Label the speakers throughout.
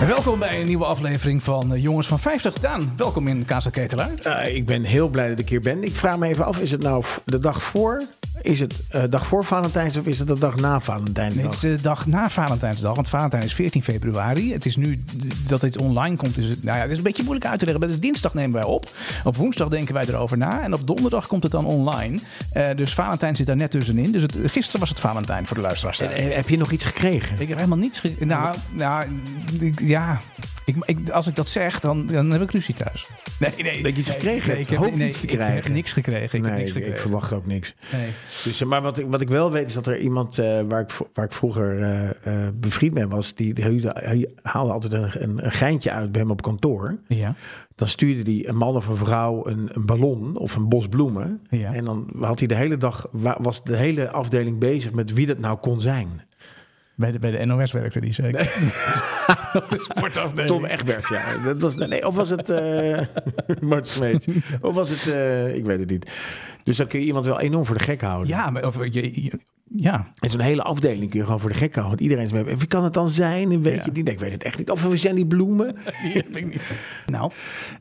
Speaker 1: En welkom bij een nieuwe aflevering van eh, Jongens van 50. Daan, welkom in Casa Ketelaar.
Speaker 2: Eh, ik ben heel blij dat ik hier ben. Ik vraag me even af, is het nou v- de dag voor? Is het eh, dag voor Valentijns of is het de dag na
Speaker 1: Dit is
Speaker 2: Valentijnsdag?
Speaker 1: de dag na Valentijnsdag, want Valentijn is 14 februari. Het is nu d- dat dit online komt. Is het, nou ja, het is een beetje moeilijk uit te leggen. Maar het is dinsdag nemen wij op. Op woensdag denken wij erover na. En op donderdag komt het dan online. Eh, dus Valentijn zit daar net tussenin. Dus het, gisteren was het Valentijn voor de luisteraars. thuis.
Speaker 2: Eh, Heb je nog iets gekregen?
Speaker 1: Ik heb helemaal niets. ge- Nou, nou ik- ja. Ik, ik- als ik dat zeg, dan, dan heb ik ruzie thuis. Nee, nee.
Speaker 2: Dat je iets gekregen hebt?
Speaker 1: ik heb,
Speaker 2: Hoop
Speaker 1: nee,
Speaker 2: niets te
Speaker 1: ik heb
Speaker 2: krijgen.
Speaker 1: niks gekregen. Ik heb
Speaker 2: nee,
Speaker 1: niks
Speaker 2: ik-
Speaker 1: gekregen.
Speaker 2: ik verwacht ook niks.
Speaker 1: Nee.
Speaker 2: Dus, eh, maar wat ik, wat ik wel weet is dat er iemand eh, waar, ik, vo- waar ik vroeger eh, eh, bevriend mee was, die, die huurde- hij haalde altijd een, een, een geintje uit bij hem op kantoor.
Speaker 1: Ja.
Speaker 2: Dan stuurde hij een man of een vrouw een, een ballon of een bos bloemen.
Speaker 1: Ja.
Speaker 2: En dan had hij de hele dag, wa- was de hele afdeling bezig met wie dat nou kon zijn.
Speaker 1: Bij de, bij de NOS werkte die zeker. Op de sportafdeling.
Speaker 2: Tom Egberts, ja. Dat was, nee, of was het eh Mart Smeets? Of was het, eh, ik weet het niet. Dus dan kun je iemand wel enorm voor de gek houden.
Speaker 1: Ja, maar, of, je, je- ja.
Speaker 2: En zo'n hele afdeling kun je gewoon voor de gek houden. Want iedereen is mee. En Wie kan het dan zijn? En weet
Speaker 1: Ja.
Speaker 2: je die? Nee, ik weet het echt niet. Of we zijn die bloemen.
Speaker 1: Die heb ik niet. Nou,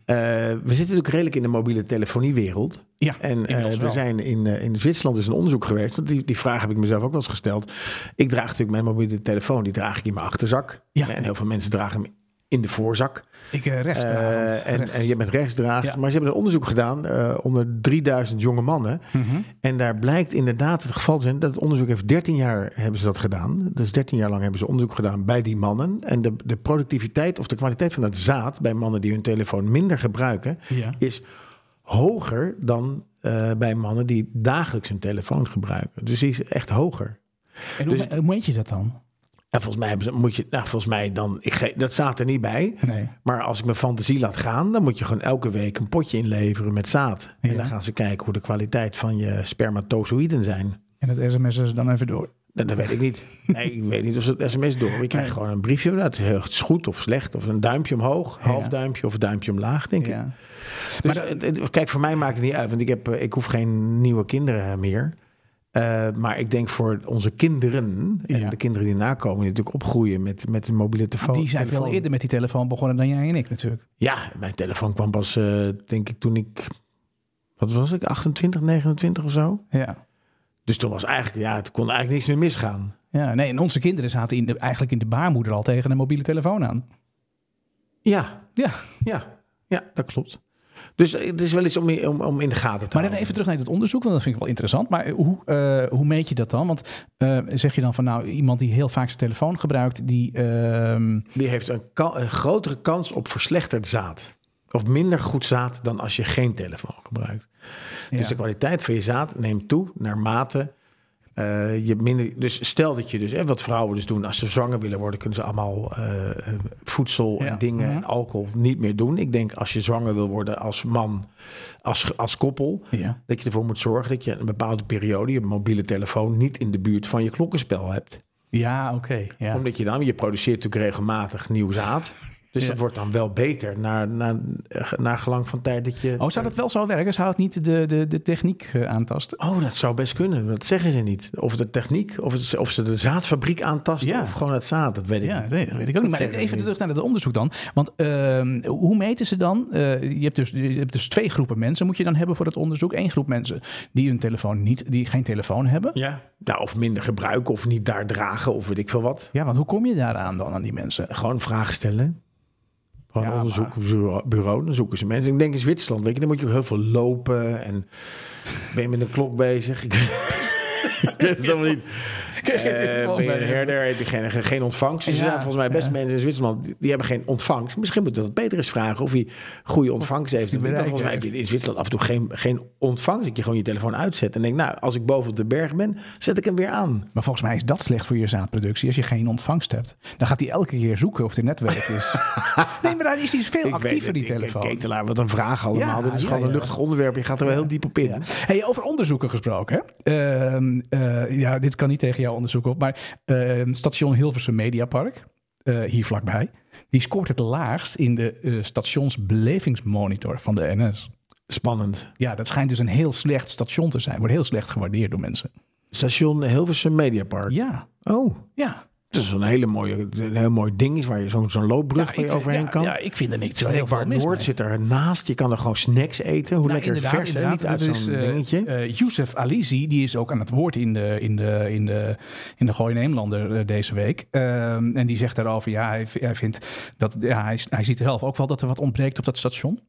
Speaker 2: Eh, we zitten natuurlijk redelijk in de mobiele telefoniewereld.
Speaker 1: ja.
Speaker 2: En eh,
Speaker 1: inmiddels wel.
Speaker 2: er zijn in, eh, in Zwitserland is een onderzoek geweest. Want die, die vraag heb ik mezelf ook wel eens gesteld. Ik draag natuurlijk mijn mobiele telefoon. Die draag ik in mijn achterzak.
Speaker 1: Ja.
Speaker 2: En heel veel mensen dragen hem in de voorzak.
Speaker 1: Ik eh, rechts.
Speaker 2: Eh,
Speaker 1: draaiend.
Speaker 2: en,
Speaker 1: Rechts.
Speaker 2: en je bent rechtsdrager.
Speaker 1: Ja.
Speaker 2: Maar ze hebben een onderzoek gedaan eh, onder 3000 jonge mannen.
Speaker 1: Mhm.
Speaker 2: En daar blijkt inderdaad het geval te zijn dat het onderzoek heeft 13 jaar hebben ze dat gedaan. Dus 13 jaar lang hebben ze onderzoek gedaan bij die mannen. En de, de productiviteit of de kwaliteit van het zaad bij mannen die hun telefoon minder gebruiken,
Speaker 1: Ja.
Speaker 2: is hoger dan eh, bij mannen die dagelijks hun telefoon gebruiken. Dus die is echt hoger.
Speaker 1: En hoe,
Speaker 2: dus-
Speaker 1: hoe meet je dat dan?
Speaker 2: En volgens mij hebben ze, moet je, nou, volgens mij dan, ik ge- dat staat er niet bij.
Speaker 1: Nee.
Speaker 2: Maar als ik mijn fantasie laat gaan, dan moet je gewoon elke week een potje inleveren met zaad.
Speaker 1: Ja.
Speaker 2: En dan gaan ze kijken hoe de kwaliteit van je spermatozoïden zijn. Nou,
Speaker 1: En dat sms'en ze dan even door.
Speaker 2: Dat, dat weet ik niet. Nee, ik weet niet of ze het sms door. Je krijgt gewoon een briefje. Dat is goed of slecht. Of een duimpje omhoog,
Speaker 1: Ja.
Speaker 2: half duimpje of een duimpje omlaag, denk ik.
Speaker 1: Ja.
Speaker 2: Dus, het- het- kijk, voor mij maakt het niet uit. Want ik, heb, eh, ik hoef geen nieuwe kinderen meer. Eh, maar ik denk voor onze kinderen en
Speaker 1: Ja. Ah,
Speaker 2: de kinderen die nakomen, die natuurlijk opgroeien met, met een mobiele telefoon.
Speaker 1: Die zijn veel
Speaker 2: telefoon.
Speaker 1: eerder met die telefoon begonnen dan jij en ik natuurlijk.
Speaker 2: Ja, mijn telefoon kwam pas, eh, denk ik, toen ik. Wat was ik? 28, 29 of zo?
Speaker 1: Ja.
Speaker 2: Dus toen was eigenlijk. Ja, het kon eigenlijk niks meer misgaan.
Speaker 1: Ja, nee, en onze kinderen zaten in de, eigenlijk in de baarmoeder al tegen een mobiele telefoon aan.
Speaker 2: Ja,
Speaker 1: Ja,
Speaker 2: ja, ja, dat klopt. Dus het is wel iets om, om, om in de gaten te
Speaker 1: maar dan
Speaker 2: houden.
Speaker 1: even terug naar dat onderzoek, want dat vind ik wel interessant. Maar hoe, eh, hoe meet je dat dan? Want eh, zeg je dan van nou, iemand die heel vaak zijn telefoon gebruikt, die... ehm,
Speaker 2: Die heeft een, ka- een grotere kans op verslechterd zaad. Of minder goed zaad dan als je geen telefoon gebruikt. Dus
Speaker 1: ja.
Speaker 2: de kwaliteit van je zaad neemt toe naarmate eh, je minder. Dus stel dat je dus, hè, wat vrouwen dus doen als ze zwanger willen worden, kunnen ze allemaal eh, eh, voedsel
Speaker 1: Ja.
Speaker 2: en dingen en
Speaker 1: Mhm.
Speaker 2: alcohol niet meer doen. Ik denk als je zwanger wil worden als man, als, als koppel,
Speaker 1: ja.
Speaker 2: dat je ervoor moet zorgen dat je een bepaalde periode je mobiele telefoon niet in de buurt van je klokkenspel hebt.
Speaker 1: Ja, oké. ja.
Speaker 2: Omdat je dan, je produceert natuurlijk regelmatig nieuw zaad. Dus
Speaker 1: Ja.
Speaker 2: dat wordt dan wel beter naar, naar, eh, naar gelang van tijd dat je.
Speaker 1: Oh, zou dat wel zo werken? Zou het niet de, de, de techniek eh, aantasten?
Speaker 2: Oh, dat zou best kunnen. Dat zeggen ze niet. Of de techniek, of, het- of ze de zaadfabriek aantasten,
Speaker 1: Ja,
Speaker 2: of gewoon het zaad. Dat weet ik
Speaker 1: Ja,
Speaker 2: niet.
Speaker 1: nee, dat weet ik ook niet. Maar
Speaker 2: zeg ik
Speaker 1: even
Speaker 2: niet.
Speaker 1: terug naar dat onderzoek dan. Want ehm, hoe meten ze dan? Eh, je, hebt dus, je hebt dus twee groepen mensen moet je dan hebben voor dat onderzoek. Eén groep mensen die hun telefoon niet, die geen telefoon hebben.
Speaker 2: Ja. Nou, of minder gebruiken, of niet daar dragen, of weet ik veel wat.
Speaker 1: Ja, want hoe kom je daaraan dan aan die mensen?
Speaker 2: Gewoon vragen stellen. Gewoon
Speaker 1: Ja,
Speaker 2: een onderzoekbureau, dan zoeken ze mensen. Ik denk in Zwitserland, weet je, dan moet je ook heel veel lopen en ben je met een klok bezig. Ik weet het allemaal niet.
Speaker 1: Krijg je
Speaker 2: Eh,
Speaker 1: telefoon
Speaker 2: ben je
Speaker 1: bij
Speaker 2: een
Speaker 1: de-
Speaker 2: herder, heb je geen, geen ontvangst. Dus
Speaker 1: Ja,
Speaker 2: er zijn volgens mij best
Speaker 1: ja.
Speaker 2: mensen in Zwitserland die, die hebben geen ontvangst. Misschien moeten we dat beter eens vragen of hij goede ontvangst heeft.
Speaker 1: die
Speaker 2: of niet. Maar
Speaker 1: bereik
Speaker 2: volgens mij heb
Speaker 1: heeft.
Speaker 2: je in Zwitserland af en toe geen, geen ontvangst. Dat je gewoon je telefoon uitzet en denkt, nou, als ik boven op de berg ben, zet ik hem weer aan.
Speaker 1: Maar volgens mij is dat slecht voor je zaadproductie als je geen ontvangst hebt. Dan gaat hij elke keer zoeken of er netwerk is. nee, maar daar is hij dus veel actiever, die
Speaker 2: Ik- ik-
Speaker 1: telefoon.
Speaker 2: Ketelaar, wat een vraag allemaal.
Speaker 1: Ja,
Speaker 2: Dit is
Speaker 1: ja,
Speaker 2: gewoon
Speaker 1: ja.
Speaker 2: een luchtig onderwerp. Je gaat er wel heel diep op in.
Speaker 1: Ja. Hey, over onderzoeken gesproken. hè? Ehm, eh, ja, dit kan niet tegen jouw onderzoek op, maar ehm, station Hilversum Mediapark, eh, hier vlakbij, die scoort het laagst in de eh, stationsbelevingsmonitor van de NS.
Speaker 2: Spannend.
Speaker 1: Ja, dat schijnt dus een heel slecht station te zijn. Wordt heel slecht gewaardeerd door mensen.
Speaker 2: Station Hilversum Mediapark.
Speaker 1: Ja,
Speaker 2: Oh,
Speaker 1: ja.
Speaker 2: Dat is een, hele mooie, een heel mooi ding is waar je zo'n zo'n loopbrug mee
Speaker 1: ik,
Speaker 2: overheen
Speaker 1: ja,
Speaker 2: kan.
Speaker 1: ja, ik vind er niks zo heel veel
Speaker 2: Snackbar
Speaker 1: mis
Speaker 2: Noord
Speaker 1: mee.
Speaker 2: zit er naast. Je kan er gewoon snacks eten. Hoe
Speaker 1: Nou,
Speaker 2: lekker vers, hè? Niet uit
Speaker 1: dat is,
Speaker 2: zo'n
Speaker 1: eh,
Speaker 2: dingetje.
Speaker 1: eh, Youssef Alizi, die is ook aan het woord in de, in de, in de, in de Gooi Nederlander eh, deze week. Ehm, en die zegt daarover, ja, hij, v- hij vindt dat, ja, hij, hij ziet zelf ook wel dat er wat ontbreekt op dat station.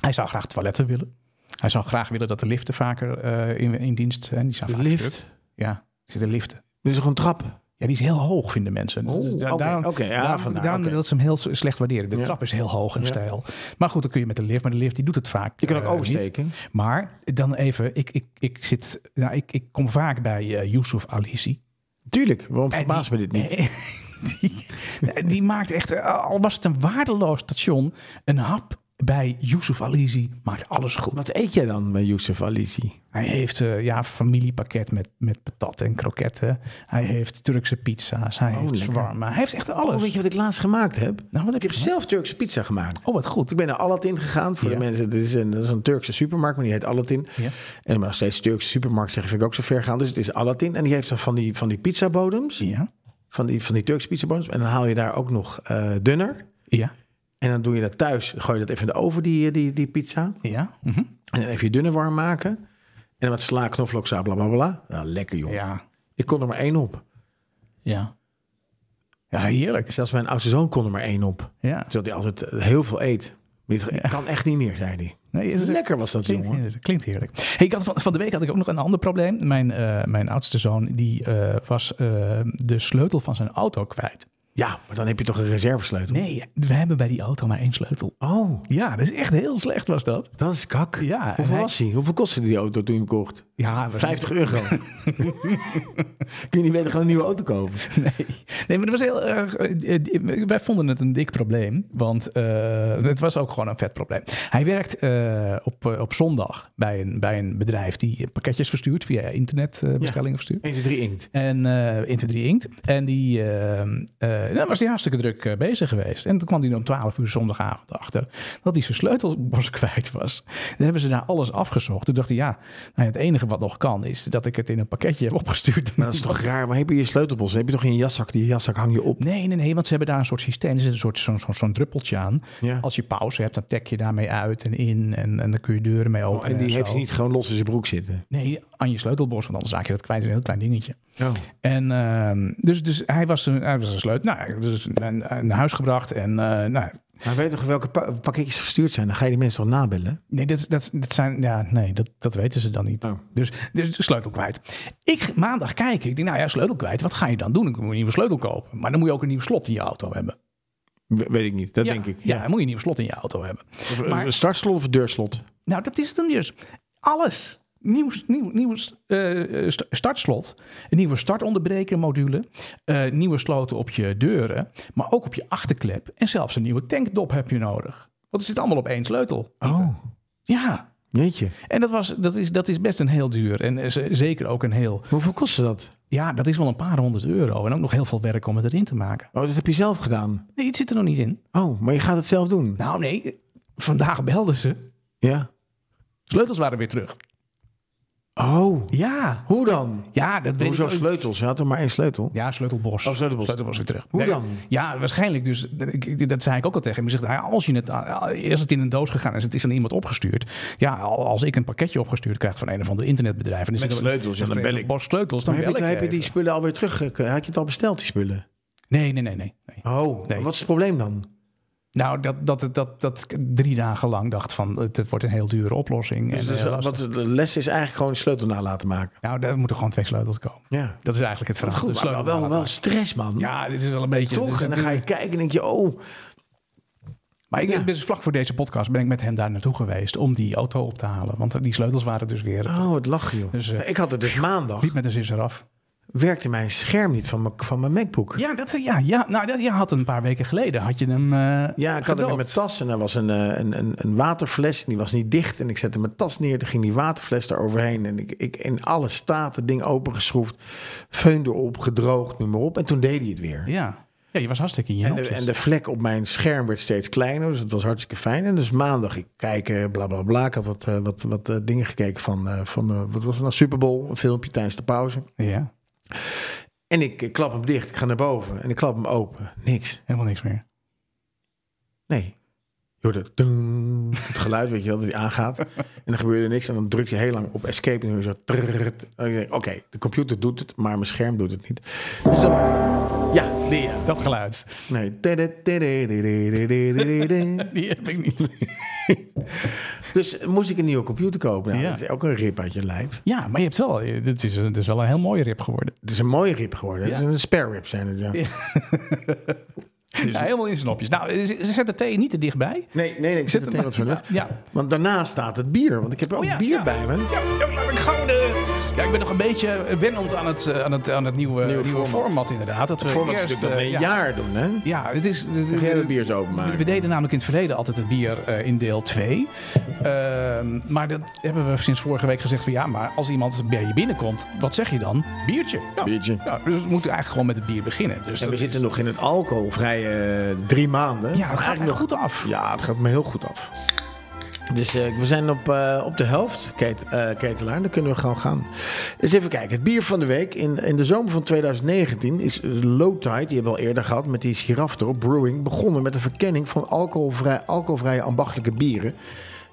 Speaker 1: Hij zou graag toiletten willen. Hij zou graag willen dat de liften vaker eh, in, in dienst zijn. Die zijn
Speaker 2: de
Speaker 1: vaak stuk.
Speaker 2: lift.
Speaker 1: Ja, er zitten liften.
Speaker 2: Dit is gewoon een trap.
Speaker 1: Ja, die is heel hoog, vinden mensen.
Speaker 2: Oh,
Speaker 1: Dus da-
Speaker 2: oké,
Speaker 1: daarom-
Speaker 2: oké, ja,
Speaker 1: daarom-
Speaker 2: vandaar,
Speaker 1: daarom
Speaker 2: oké.
Speaker 1: dat ze hem heel s- slecht waarderen. De
Speaker 2: Ja.
Speaker 1: trap is heel hoog en
Speaker 2: Ja.
Speaker 1: stijl. Maar goed, dan kun je met de lift. Maar de lift die doet het vaak
Speaker 2: Je kan ook
Speaker 1: eh, niet.
Speaker 2: oversteken.
Speaker 1: Maar dan even, ik, ik, ik, zit, nou, ik, ik kom vaak bij eh, Yusuf Alisi.
Speaker 2: Tuurlijk, waarom verbaast me
Speaker 1: die-
Speaker 2: dit niet?
Speaker 1: Die, die maakt echt, eh, al was het een waardeloos station, een hap bij Yusuf Alisi maakt alles goed.
Speaker 2: Wat eet jij dan bij Youssef Alisi?
Speaker 1: Hij heeft eh ja, familiepakket met, met patat en kroketten. Hij heeft Turkse pizza's. Hij heeft
Speaker 2: Oh, lekker.
Speaker 1: shawarma. Hij heeft echt alles.
Speaker 2: Oh, weet je wat ik laatst gemaakt heb?
Speaker 1: nou, wat heb
Speaker 2: Ik heb
Speaker 1: je zelf?
Speaker 2: zelf Turkse pizza gemaakt.
Speaker 1: Oh, wat goed.
Speaker 2: Ik ben naar Aladdin gegaan. Voor
Speaker 1: Ja.
Speaker 2: de mensen, dit is een, dat is een Turkse supermarkt, maar die heet Aladdin.
Speaker 1: Ja.
Speaker 2: En maar nog steeds Turkse supermarkt zeggen, vind ik ook zo ver gaan. Dus het is Aladdin. En die heeft dan van die, van die pizzabodems,
Speaker 1: Ja,
Speaker 2: van, die, van die Turkse pizzabodems. En dan haal je daar ook nog eh, dunner.
Speaker 1: ja,
Speaker 2: En dan doe je dat thuis. Gooi je dat even in de oven, die, eh, die, die pizza.
Speaker 1: ja. mhm.
Speaker 2: En dan even je dunner warm maken. En dan wat sla, knoflookzaad, bla bla bla. Nou, lekker joh.
Speaker 1: Ja,
Speaker 2: Ik kon er maar één op.
Speaker 1: ja. Ja, heerlijk.
Speaker 2: Zelfs mijn oudste zoon kon er maar één op.
Speaker 1: Ja.
Speaker 2: Terwijl hij altijd eh, heel veel eet. Maar Ik kan echt niet meer, zei hij.
Speaker 1: Nee, is het-
Speaker 2: Lekker was dat,
Speaker 1: Klinkt,
Speaker 2: jongen.
Speaker 1: heerlijk, klinkt heerlijk. Hey, ik had van, van de week had ik ook nog een ander probleem. Mijn, eh, mijn oudste zoon die, eh, was eh, de sleutel van zijn auto kwijt.
Speaker 2: Ja, maar dan heb je toch een reservesleutel?
Speaker 1: Nee, we hebben bij die auto maar één sleutel.
Speaker 2: Oh,
Speaker 1: Ja, dat is echt heel slecht was dat.
Speaker 2: dat is kak.
Speaker 1: Ja, en
Speaker 2: Hoeveel
Speaker 1: hij-
Speaker 2: was hij? Hoeveel kostte die auto toen je hem kocht?
Speaker 1: Ja, we-
Speaker 2: 50 euro. Kun je niet beter gewoon een nieuwe auto kopen?
Speaker 1: Nee. nee, maar dat was heel erg. eh, eh, Wij vonden het een dik probleem. Want eh, het was ook gewoon een vet probleem. Hij werkt eh, op, eh, op zondag bij een, bij een bedrijf die pakketjes verstuurt via internetbestellingen bestellingen verstuurt.
Speaker 2: 1, 2, 3 inkt.
Speaker 1: En eh in 3 Inkt. En die eh, eh, nou, was hij hartstikke druk eh, bezig geweest. En toen kwam hij om 12 uur zondagavond achter dat hij zijn sleutelbos kwijt was. Dan hebben ze daar alles afgezocht. Toen dacht hij, ja, nou ja, het enige wat nog kan is dat ik het in een pakketje heb opgestuurd.
Speaker 2: Maar dat is toch raar? Maar heb je je sleutelbos? Heb je toch in je jaszak? Die jaszak hang je op.
Speaker 1: Nee, nee, nee, want ze hebben daar een soort systeem. Er zit een soort zo'n zo'n- zo'n druppeltje aan.
Speaker 2: Ja.
Speaker 1: Als je pauze hebt, dan tek je daarmee uit en in. En, en dan kun je deuren mee openen.
Speaker 2: Oh, en die heeft
Speaker 1: zo.
Speaker 2: hij niet gewoon los in zijn broek zitten.
Speaker 1: Nee, aan je sleutelbos, want anders raak je dat kwijt in een heel klein dingetje.
Speaker 2: Oh.
Speaker 1: En ehm, dus, dus hij was een, hij was een sleutel. Nou, dus naar, naar huis gebracht. En eh, nou,
Speaker 2: Maar weet toch welke pa- pakketjes gestuurd zijn? Dan ga je die mensen toch nabellen?
Speaker 1: nee, dat, dat, dat zijn. Ja, nee, dat, dat weten ze dan niet.
Speaker 2: Oh.
Speaker 1: Dus, dus de sleutel kwijt. Ik maandag kijken. Ik denk, nou ja, sleutel kwijt. Wat ga je dan doen? Ik moet een nieuwe sleutel kopen. Maar dan moet je ook een nieuw slot in je auto hebben.
Speaker 2: We- weet ik niet, dat denk ik.
Speaker 1: Ja, dan moet je een nieuw slot in je auto hebben.
Speaker 2: Of
Speaker 1: maar-
Speaker 2: Een startslot of een deurslot?
Speaker 1: Nou, dat is het dan dus. Alles. Nieuw, nieuw, nieuw eh, st- startslot, een nieuwe startonderbrekermodule, eh nieuwe sloten op je deuren, maar ook op je achterklep en zelfs een nieuwe tankdop heb je nodig. Want het zit allemaal op één sleutel.
Speaker 2: Oh,
Speaker 1: Ja,
Speaker 2: jeetje.
Speaker 1: en dat, was, dat, is, dat is best een heel duur en eh, z- zeker ook een heel...
Speaker 2: Hoeveel kostte dat?
Speaker 1: Ja, dat is wel een paar honderd euro en ook nog heel veel werk om het erin te maken.
Speaker 2: Oh, dat heb je zelf gedaan.
Speaker 1: Nee, het zit er nog niet in.
Speaker 2: Oh, maar je gaat het zelf doen.
Speaker 1: Nou nee, eh, vandaag belden ze.
Speaker 2: Ja.
Speaker 1: Sleutels waren weer terug.
Speaker 2: Oh,
Speaker 1: Ja,
Speaker 2: hoe dan?
Speaker 1: ja dat weet
Speaker 2: Hoezo
Speaker 1: ik ook.
Speaker 2: sleutels? Je had er maar één sleutel.
Speaker 1: Ja, sleutelbos.
Speaker 2: Oh, sleutelbos.
Speaker 1: weer terug.
Speaker 2: Hoe dan?
Speaker 1: Ja, waarschijnlijk. Dus ik- dat zei ik ook al tegen hem. Ik zeg, nou ja, als je het, is het in een doos gegaan en het is aan iemand opgestuurd. Ja, al- als ik een pakketje opgestuurd krijg van een of ander internetbedrijf. En er
Speaker 2: Met
Speaker 1: zitten-
Speaker 2: sleutels, ja, dan bel ik.
Speaker 1: Bos sleutels, dan
Speaker 2: Maar heb,
Speaker 1: bel
Speaker 2: je,
Speaker 1: ik
Speaker 2: heb je die
Speaker 1: even.
Speaker 2: spullen alweer terug? Eh, Had je het al besteld, die spullen?
Speaker 1: eh." Nee, nee, nee, nee. nee.
Speaker 2: Oh,
Speaker 1: Nee.
Speaker 2: wat is het probleem dan?
Speaker 1: Nou, dat, dat, dat, dat, ik drie dagen lang dacht van, het, het wordt een heel dure oplossing.
Speaker 2: Dus,
Speaker 1: en,
Speaker 2: dus,
Speaker 1: heel lastig.
Speaker 2: wat de les is eigenlijk gewoon een sleutel na laten maken.
Speaker 1: Nou, daar moeten gewoon twee sleutels komen.
Speaker 2: Ja.
Speaker 1: Dat is eigenlijk het verhaal.
Speaker 2: Goed,
Speaker 1: De
Speaker 2: maar wel,
Speaker 1: sleutel
Speaker 2: wel,
Speaker 1: aan
Speaker 2: wel
Speaker 1: elkaar.
Speaker 2: stress, man.
Speaker 1: Ja, dus dit is wel een beetje... dit
Speaker 2: Toch?
Speaker 1: is
Speaker 2: En dan ga je kijken en denk je, oh,
Speaker 1: Maar ik,
Speaker 2: Ja.
Speaker 1: dus vlak voor deze podcast ben ik met hem daar naartoe geweest om die auto op te halen. Want die sleutels waren dus weer.
Speaker 2: oh het lachen, joh.
Speaker 1: Dus, eh,
Speaker 2: ik had het dus maandag.
Speaker 1: Liep met een zus eraf.
Speaker 2: Werkte mijn scherm niet van mijn, van mijn MacBook.
Speaker 1: Ja, dat, ja, ja, nou, dat, je had een paar weken geleden had je hem. eh,
Speaker 2: Ja, ik had hem in
Speaker 1: gedoopt.
Speaker 2: mijn tas en er was een, eh, een, een, een waterfles en die was niet dicht. En ik zette mijn tas neer, toen ging die waterfles daar overheen. En ik, ik in alle staten het ding opengeschroefd, föhn erop, gedroogd, noem maar op. En toen deed hij het weer.
Speaker 1: Ja. ja, je was hartstikke in je
Speaker 2: En de, en de vlek op mijn scherm werd steeds kleiner, dus het was hartstikke fijn. En dus maandag, ik kijk, eh, bla bla bla. Ik had wat, eh, wat, wat eh, dingen gekeken van, eh, van eh, wat was het nou, Super Bowl, een filmpje tijdens de pauze.
Speaker 1: Ja.
Speaker 2: En ik eh, klap hem dicht, ik ga naar boven en ik klap hem open. Niks.
Speaker 1: Helemaal niks meer.
Speaker 2: Nee. Je hoort het, dung, het geluid, weet je wel, dat hij aangaat. En dan gebeurde niks. En dan druk je heel lang op escape. En dan hoor je zo... trrrt. En je denkt, Oké, de computer doet het, maar mijn scherm doet het niet. Dus dan... Ja, die ja.
Speaker 1: Dat geluid.
Speaker 2: Nee. Tede, tede, tede, tede, tede, tede.
Speaker 1: Die heb ik niet.
Speaker 2: Dus moest ik een nieuwe computer kopen. Nou,
Speaker 1: Ja.
Speaker 2: Dat is ook een rip uit je lijf.
Speaker 1: Ja, maar je hebt wel. eh, Dit is, een- dit is wel een heel mooie rip geworden.
Speaker 2: Het is een mooie rip geworden. Het is een spare rip zijn het. Ja.
Speaker 1: Ja, helemaal in zijn nopjes. Nou, z- zet de thee niet te dichtbij.
Speaker 2: Nee, nee, nee, ik zit er tegen wat
Speaker 1: ja,
Speaker 2: vandaag.
Speaker 1: ja. Oh
Speaker 2: Want daarna staat het bier. Want ik heb ook
Speaker 1: ja,
Speaker 2: bier
Speaker 1: ja.
Speaker 2: bij me.
Speaker 1: Ja, ja, laat ik gauw de- ja, ik ben nog een beetje wennend aan het, eh, aan het, aan het nieuwe, nieuwe,
Speaker 2: Nieuwe
Speaker 1: format.
Speaker 2: format.
Speaker 1: inderdaad. Dat we
Speaker 2: Voor wat
Speaker 1: eerst,
Speaker 2: dat
Speaker 1: eh,
Speaker 2: een
Speaker 1: ja,
Speaker 2: jaar doen, hè?
Speaker 1: Ja, het is. het-
Speaker 2: Ga jij
Speaker 1: het-
Speaker 2: de bier zo openmaken?
Speaker 1: We deden namelijk in het verleden altijd het bier eh, in deel 2. maar dat hebben we sinds vorige week gezegd van ja, maar als iemand bij je binnenkomt, wat zeg je dan? Biertje. Ja.
Speaker 2: Biertje.
Speaker 1: Ja, dus we moeten eigenlijk gewoon met het bier beginnen. Dus
Speaker 2: En
Speaker 1: dat
Speaker 2: we
Speaker 1: is-
Speaker 2: zitten nog in het alcoholvrije eh, drie maanden.
Speaker 1: Ja, het gaat
Speaker 2: Eigenlijk
Speaker 1: nog goed af.
Speaker 2: Ja, het gaat me heel goed af. Dus eh, we zijn op, eh, op de helft, Ket, eh, Ketelaar. Dan kunnen we gewoon gaan. Dus even kijken. Het bier van de week in, in de zomer van 2019 is eh, Low Tide, die hebben we al eerder gehad met die giraf erop, Brewing, begonnen met een verkenning van alcoholvrij, alcoholvrije ambachtelijke bieren.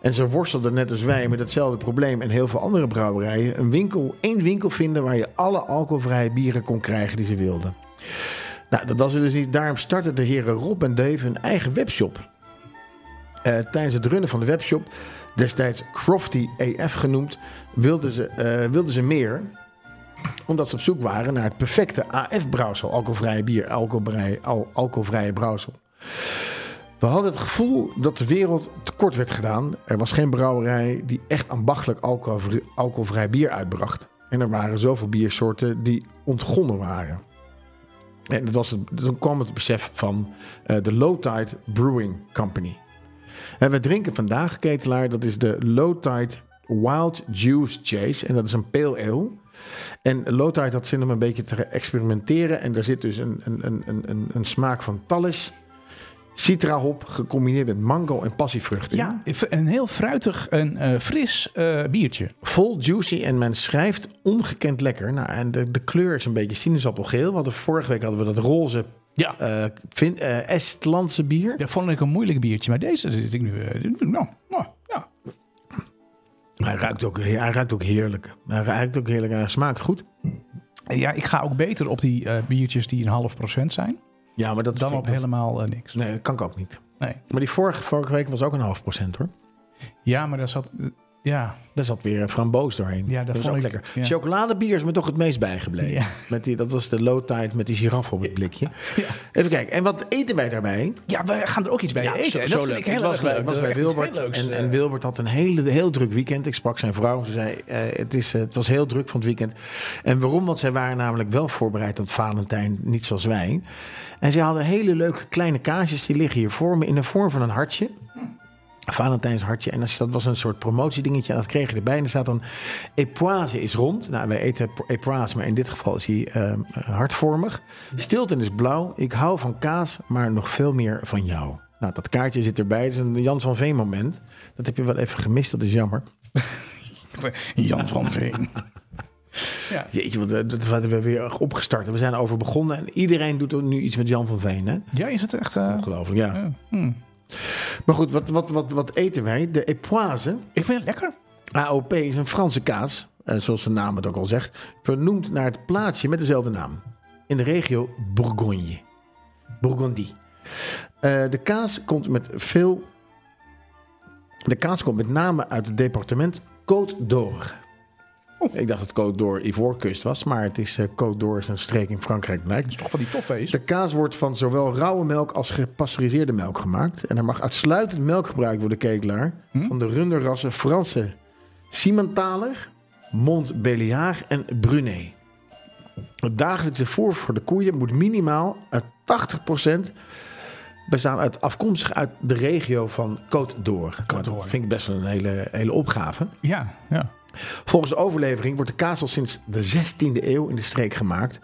Speaker 2: En ze worstelden net als wij met hetzelfde probleem en heel veel andere brouwerijen een winkel, één winkel vinden waar je alle alcoholvrije bieren kon krijgen die ze wilden. Nou, dat was het dus niet. Daarom startten de heren Rob en Dave hun eigen webshop. Eh, tijdens het runnen van de webshop, destijds Crofty EF genoemd, wilden ze, eh, wilden ze meer omdat ze op zoek waren naar het perfecte AF-brouwsel, alcoholvrije bier, alcoholvrije, al- alcoholvrije brouwsel. We hadden het gevoel dat de wereld tekort werd gedaan. Er was geen brouwerij die echt ambachtelijk alcoholvrij, alcoholvrij bier uitbracht. En er waren zoveel biersoorten die ontgonnen waren. En dat was het, toen kwam het besef van eh, de Low Tide Brewing Company. En we drinken vandaag, ketelaar, dat is de Low Tide Wild Juice Chase. En dat is een pale ale. En Low Tide had zin om een beetje te experimenteren. En daar zit dus een, een, een, een- een, een smaak van tallis, citrahop, gecombineerd met mango en passievrucht in.
Speaker 1: ja, een heel fruitig en eh, fris eh, biertje.
Speaker 2: Vol juicy en men schrijft ongekend lekker. Nou, en de, de kleur is een beetje sinaasappelgeel. We hadden vorige week hadden we dat roze
Speaker 1: Ja.
Speaker 2: eh, Vin- eh, Estlandse bier.
Speaker 1: Dat vond ik een moeilijk biertje, maar deze zit ik nu. eh, nou, nou, ja.
Speaker 2: Hij, ruikt ook, hij ruikt ook heerlijk. Hij ruikt ook heerlijk en hij smaakt goed.
Speaker 1: ja, ik ga ook beter op die eh, biertjes die een half procent zijn,
Speaker 2: Ja, maar dat
Speaker 1: dan
Speaker 2: vind
Speaker 1: op
Speaker 2: ik-
Speaker 1: helemaal eh, niks.
Speaker 2: Nee, dat kan ik ook niet.
Speaker 1: Nee.
Speaker 2: Maar die vorige, vorige week was ook een half procent hoor.
Speaker 1: Ja, maar daar zat. ja.
Speaker 2: Daar zat weer een framboos doorheen.
Speaker 1: Ja, dat
Speaker 2: was
Speaker 1: vond
Speaker 2: ook
Speaker 1: ik-
Speaker 2: lekker.
Speaker 1: ja.
Speaker 2: Chocoladebier is me toch het meest bijgebleven.
Speaker 1: Ja.
Speaker 2: Met die, dat was de low tide met die giraf op het blikje. Even kijken. En wat eten wij daarbij?
Speaker 1: Ja, we gaan er ook iets bij
Speaker 2: Ja,
Speaker 1: eten.
Speaker 2: zo-
Speaker 1: en
Speaker 2: zo
Speaker 1: dat vind
Speaker 2: leuk.
Speaker 1: ik heel
Speaker 2: Ik
Speaker 1: erg
Speaker 2: was bij,
Speaker 1: leuk.
Speaker 2: ik was
Speaker 1: Dat
Speaker 2: bij
Speaker 1: is echt iets
Speaker 2: Wilbert.
Speaker 1: heel leuks.
Speaker 2: En, en Wilbert had een hele, heel druk weekend. Ik sprak zijn vrouw. Ze zei, eh, het, is, eh, het was heel druk van het weekend. En waarom? Want zij waren namelijk wel voorbereid op Valentijn. Niet zoals wij. En ze hadden hele leuke kleine kaasjes. Die liggen hier voor me in de vorm van een hartje. Een Valentijns hartje. En als je, dat was een soort promotiedingetje. En dat kregen je erbij. En er staat dan... Epoise is rond. Nou, wij eten epoise. Maar in dit geval is hij ehm, hartvormig. Stilton is blauw. Ik hou van kaas. Maar nog veel meer van jou. Nou, dat kaartje zit erbij. Het is een Jan van Veen moment. Dat heb je wel even gemist. Dat is jammer.
Speaker 1: Jan van Veen. ja.
Speaker 2: Jeetje, wat, eh, dat hadden we weer opgestart. We zijn over begonnen. En iedereen doet er nu iets met Jan van Veen, hè?
Speaker 1: ja, is het echt... eh,
Speaker 2: Ongelooflijk, ja.
Speaker 1: hm.
Speaker 2: Maar goed, wat, wat, wat, wat eten wij? De epoise.
Speaker 1: Ik vind het lekker.
Speaker 2: AOP is een Franse kaas, eh, zoals de naam het ook al zegt, vernoemd naar het plaatsje met dezelfde naam. In de regio Bourgogne. Bourgondie. Eh, de kaas komt met veel. De kaas komt met name uit het departement Côte d'Or. Ik dacht dat Côte d'Or Ivoorkust was, maar het is eh, Côte d'Or is een streek in Frankrijk blijkt.
Speaker 1: Toch van die toffees.
Speaker 2: De kaas wordt van zowel rauwe melk als gepasteuriseerde melk gemaakt. En er mag uitsluitend melk gebruikt worden, ketelaar. Van de runderrassen Franse Simmentaler, Montbéliard en Brunet. Het dagelijkse voer voor de koeien moet minimaal uit 80% bestaan uit afkomstig uit de regio van Côte d'Or. Nou, Dat
Speaker 1: d'Or.
Speaker 2: vind ik best wel een hele, hele opgave.
Speaker 1: Ja, ja.
Speaker 2: Volgens de overlevering wordt de kaas al sinds de 16e eeuw in de streek gemaakt.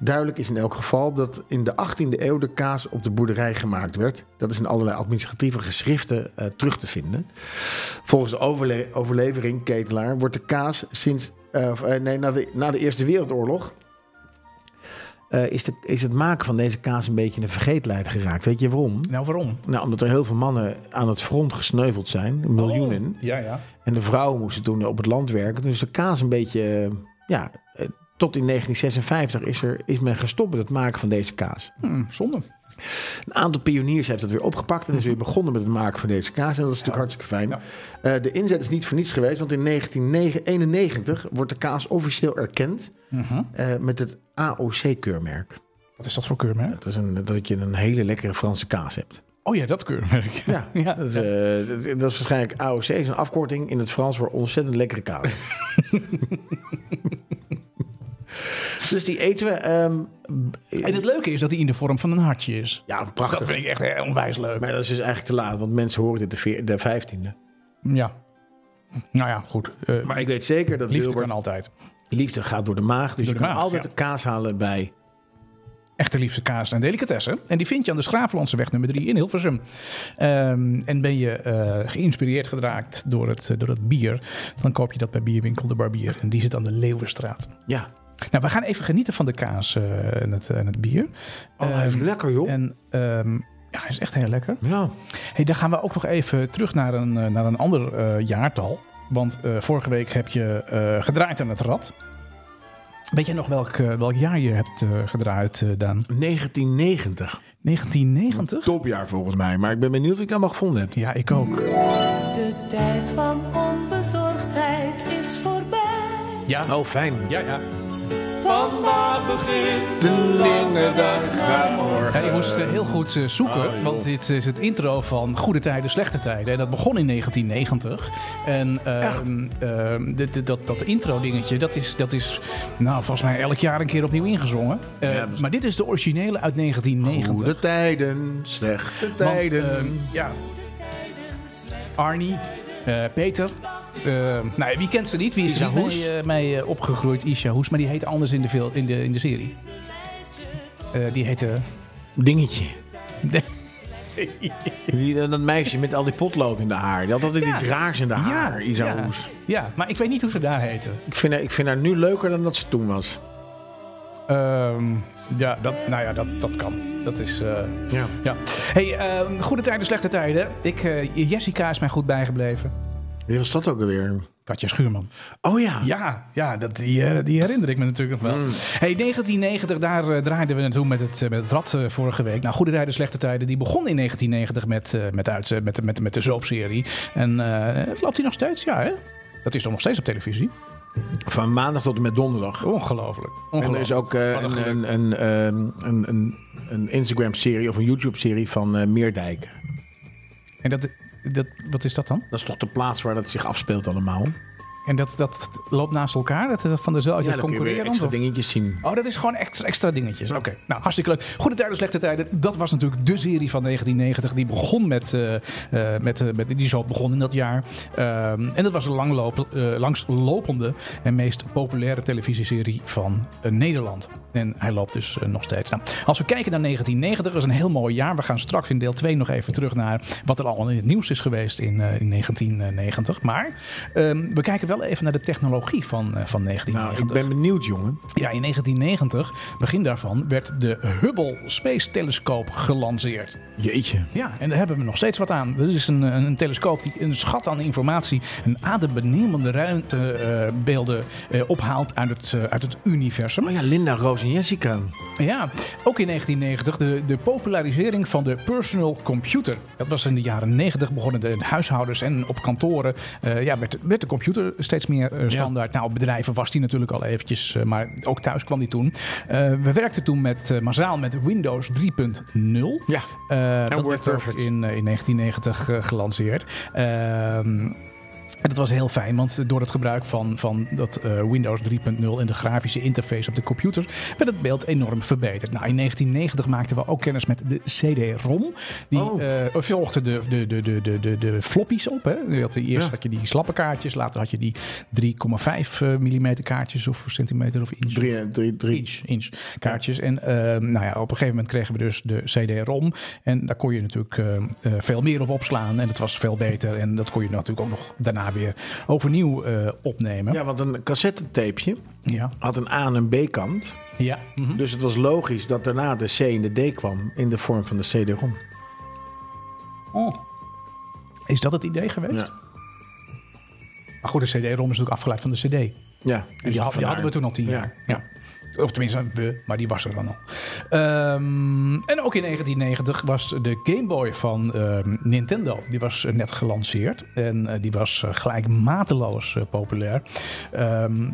Speaker 2: Duidelijk is in elk geval dat in de 18e eeuw de kaas op de boerderij gemaakt werd. Dat is in allerlei administratieve geschriften eh, terug te vinden. Volgens de overle- overlevering, Ketelaar, wordt de kaas sinds. eh, eh, nee, na de, na de Eerste Wereldoorlog. eh, is, de, is het maken van deze kaas een beetje in de vergetelheid geraakt. Weet je waarom?
Speaker 1: Nou, waarom?
Speaker 2: Nou, omdat er heel veel mannen aan het front gesneuveld zijn, miljoenen.
Speaker 1: Oh, ja, ja.
Speaker 2: En de vrouwen moesten toen op het land werken. Dus de kaas een beetje, eh, ja, eh, tot in 1956 is, er, is men gestopt met het maken van deze kaas.
Speaker 1: Hm, zonde.
Speaker 2: Een aantal pioniers heeft dat weer opgepakt en is weer begonnen met het maken van deze kaas. En dat is natuurlijk hartstikke fijn. Eh, de inzet is niet voor niets geweest, want in 1991 wordt de kaas officieel erkend
Speaker 1: Mhm.
Speaker 2: eh, met het AOC-keurmerk.
Speaker 1: Wat is dat voor keurmerk?
Speaker 2: Dat is een, dat je een hele lekkere Franse kaas hebt.
Speaker 1: Oh ja, dat keurmerk.
Speaker 2: Ja,
Speaker 1: Ja.
Speaker 2: Dat, is, eh, dat- dat is waarschijnlijk AOC, is een afkorting in het Frans voor ontzettend lekkere kaas. dus die eten we. ehm,
Speaker 1: En het leuke is dat hij in de vorm van een hartje is.
Speaker 2: ja,
Speaker 1: Dat
Speaker 2: prachtig.
Speaker 1: vind ik echt eh, onwijs leuk.
Speaker 2: Maar dat is dus eigenlijk te laat, want mensen horen dit de, veer- de 15e.
Speaker 1: Ja. Nou ja, goed. Eh,
Speaker 2: Maar ik weet zeker dat
Speaker 1: liefde
Speaker 2: Wilbert-
Speaker 1: kan altijd.
Speaker 2: liefde gaat door de maag. Dus
Speaker 1: Door
Speaker 2: je
Speaker 1: de
Speaker 2: kan
Speaker 1: maag,
Speaker 2: altijd
Speaker 1: ja.
Speaker 2: de kaas halen bij.
Speaker 1: Echte liefste kaas en delicatessen. En die vind je aan de Schravenlandseweg nummer 3 in Hilversum. Ehm, en ben je eh, geïnspireerd geraakt door het, eh, door het bier... dan koop je dat bij Bierwinkel De Barbier. En die zit aan de Leeuwenstraat.
Speaker 2: Ja,
Speaker 1: Nou, we gaan even genieten van de kaas eh, en, het, en het bier.
Speaker 2: oh, hij is
Speaker 1: Ehm,
Speaker 2: lekker joh.
Speaker 1: En ehm, ja, hij is echt heel lekker.
Speaker 2: Ja.
Speaker 1: Hey, dan gaan we ook nog even terug naar een, eh, naar een ander eh, jaartal. Want eh, vorige week heb je eh, gedraaid aan het rad. Weet jij nog welk, eh, welk jaar je hebt eh, gedraaid, eh, Daan?
Speaker 2: 1990.
Speaker 1: 1990?
Speaker 2: Topjaar volgens mij. Maar ik ben benieuwd of ik dat allemaal gevonden heb.
Speaker 1: Ja, ik ook.
Speaker 3: De tijd van onbezorgdheid is voorbij.
Speaker 1: Ja,
Speaker 2: Oh, fijn.
Speaker 1: ja, ja.
Speaker 3: Vandaag begint de lange dag naar morgen.
Speaker 1: ik moest eh, heel goed eh, zoeken, want dit is het intro van Goede Tijden, Slechte Tijden. En dat begon in 1990. En eh, eh, dit- dit- dat, dat intro-dingetje, dat is, dat is nou, volgens mij elk jaar een keer opnieuw ingezongen. Eh,
Speaker 2: Ja, dat-
Speaker 1: maar dit is de originele uit 1990.
Speaker 2: Goede tijden, slechte tijden.
Speaker 1: Want, eh, ja. Arnie, eh, Peter. eh, nou, wie kent ze niet? Wie is
Speaker 2: Isha
Speaker 1: er niet
Speaker 2: Hoes.
Speaker 1: mee, eh, mee, eh, opgegroeid? Isha Hoes, maar die heet anders in de, fil- in de, in de serie. Eh, die heette...
Speaker 2: Dingetje.
Speaker 1: De-
Speaker 2: Die, eh, dat meisje met al die potlood in de haar. Die had altijd
Speaker 1: Ja.
Speaker 2: iets raars in de haar, Isa
Speaker 1: ja,
Speaker 2: Ah, Hoes.
Speaker 1: ja, maar ik weet niet hoe ze daar heette.
Speaker 2: Ik vind, haar, ik vind haar nu leuker dan dat ze toen was.
Speaker 1: Ehm, ja, dat, nou ja, dat, dat kan. Dat is... eh,
Speaker 2: Ja.
Speaker 1: ja. Hey, ehm, goede tijden, slechte tijden. Ik, eh, Jessica is mij goed bijgebleven.
Speaker 2: Wie was dat ook alweer?
Speaker 1: Katja Schuurman.
Speaker 2: Oh ja.
Speaker 1: Ja, ja dat, die, eh, die herinner ik me natuurlijk nog wel.
Speaker 2: Hmm.
Speaker 1: Hey, 1990, daar eh, draaiden we naartoe met het, eh, met het rad eh, vorige week. Nou, Goede Tijden, Slechte Tijden, die begon in 1990 met, eh, met, uit, eh, met, de- met, de- met de zoopserie. En eh, het loopt die nog steeds? Ja, hè? Dat is toch nog steeds op televisie?
Speaker 2: Van maandag tot en met donderdag.
Speaker 1: Ongelooflijk.
Speaker 2: En er
Speaker 1: Ongelooflijk.
Speaker 2: is ook eh,
Speaker 1: Wat een geluk.
Speaker 2: een, een, een, ehm, een, een, een Instagram-serie of een YouTube-serie van eh, Meerdijk.
Speaker 1: En dat, dat, wat is dat dan?
Speaker 2: Dat is toch de plaats waar dat zich afspeelt allemaal?
Speaker 1: En dat, dat loopt naast elkaar? Dat is dat van dezelfde
Speaker 2: dan kun je weer
Speaker 1: concurrerend?
Speaker 2: extra
Speaker 1: of-
Speaker 2: dingetjes zien.
Speaker 1: Oh, dat is gewoon extra, extra dingetjes. Oké, nou hartstikke leuk. Goede tijden, slechte tijden. Dat was natuurlijk de serie van 1990. Die begon met, eh, eh, met, eh, met die zo begon in dat jaar. Ehm, en dat was de langloop, eh, langslopende en meest populaire televisieserie van eh, Nederland. En hij loopt dus eh, nog steeds. Nou, als we kijken naar 1990, dat is een heel mooi jaar. We gaan straks in deel 2 nog even terug naar wat er allemaal in het nieuws is geweest in, eh, in 1990. Maar ehm, we kijken wel even naar de technologie van, eh, van 1990.
Speaker 2: Nou, ik ben benieuwd, jongen.
Speaker 1: Ja, in 1990, begin daarvan, werd de Hubble Space Telescoop gelanceerd.
Speaker 2: Jeetje.
Speaker 1: Ja, en daar hebben we nog steeds wat aan. Dit is een, een, een telescoop die een schat aan informatie, een adembenemende ruimtebeelden eh, ophaalt uit het, eh, uit het universum.
Speaker 2: Oh ja, Linda, Roos en Jessica.
Speaker 1: Ja, ook in 1990 de, de popularisering van de personal computer. Dat was in de jaren 90 begonnen de huishoudens en op kantoren eh, ja, werd, werd de computer steeds meer eh, standaard. Nou, op bedrijven was die natuurlijk al eventjes, eh, maar ook thuis kwam die toen. Eh, we werkten toen met, eh, massaal met Windows 3.0.
Speaker 2: Ja.
Speaker 1: Eh, dat
Speaker 2: Word
Speaker 1: werd ook
Speaker 2: Perfect.
Speaker 1: in, eh, in 1990 eh, gelanceerd. Ehm, en dat was heel fijn, want door het gebruik van, van dat eh, Windows 3.0 en de grafische interface op de computer werd het beeld enorm verbeterd. Nou, in 1990 maakten we ook kennis met de CD-ROM. Die
Speaker 2: Oh.
Speaker 1: eh, volgde de, de, de, de, de, de, de floppies op. Hè? Je had, eh, eerst
Speaker 2: Ja.
Speaker 1: had je die slappe kaartjes, later had je die 3,5 mm kaartjes of centimeter of inch.
Speaker 2: Drie, drie, drie.
Speaker 1: Inch, inch kaartjes. En ehm, nou ja, op een gegeven moment kregen we dus de CD-ROM. En daar kon je natuurlijk ehm, eh, veel meer op opslaan. En het was veel beter. En dat kon je natuurlijk ook nog daarna daarna weer overnieuw eh, opnemen. Ja.
Speaker 2: Ja, want een cassettetapeje
Speaker 1: Ja.
Speaker 2: had een A- en een B-kant.
Speaker 1: Mhm.
Speaker 2: Dus het was logisch dat daarna de C en de D kwam in de vorm van de CD-ROM.
Speaker 1: Oh. Is dat het idee geweest?
Speaker 2: Ja.
Speaker 1: Maar goed, de CD-ROM is natuurlijk afgeleid van de CD.
Speaker 2: ja.
Speaker 1: En Dus die, had- die
Speaker 2: Vandaar.
Speaker 1: hadden we toen al tien
Speaker 2: Ja.
Speaker 1: jaar. Ja. Of tenminste, we, maar die was er dan al. Ehm, en ook in 1990 was de Game Boy van ehm, Nintendo. Die was eh, net gelanceerd. En eh, die was eh, gelijk mateloos eh, populair. Ehm,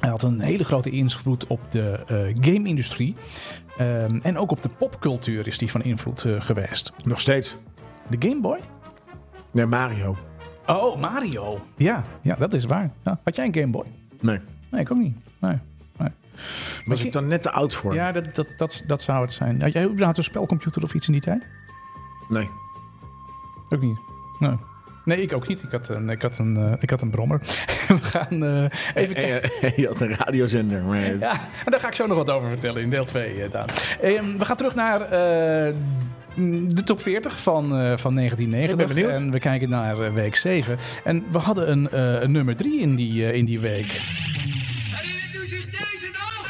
Speaker 1: hij had een hele grote invloed op de eh, game-industrie. Ehm, en ook op de popcultuur is die van invloed eh, geweest.
Speaker 2: Nog steeds.
Speaker 1: De Game Boy?
Speaker 2: Nee, Mario.
Speaker 1: Oh, Mario. Ja, ja dat is waar. Ja. Had jij een Game Boy?
Speaker 2: Nee.
Speaker 1: Nee, ik ook niet. Nee. nee.
Speaker 2: Was ik dan net te oud voor?
Speaker 1: Ja, dat, dat, dat, dat zou het zijn. Had jij überhaupt een spelcomputer of iets in die tijd?
Speaker 2: Nee.
Speaker 1: Ook niet. Nee. Nee, ik ook niet. Ik had een, ik had een, eh, ik had een brommer. We gaan eh, even kijken.
Speaker 2: En je, je had een radiozender. Maar...
Speaker 1: Ja, en daar ga ik zo nog wat over vertellen in deel 2, Daan. Ehm, we gaan terug naar eh, de top 40 van, eh, van 1990.
Speaker 2: Ik ben benieuwd.
Speaker 1: En we kijken naar eh, week 7. En we hadden een, eh, een nummer 3 in die, eh, in die week.
Speaker 4: Herinnert u zich deze dag?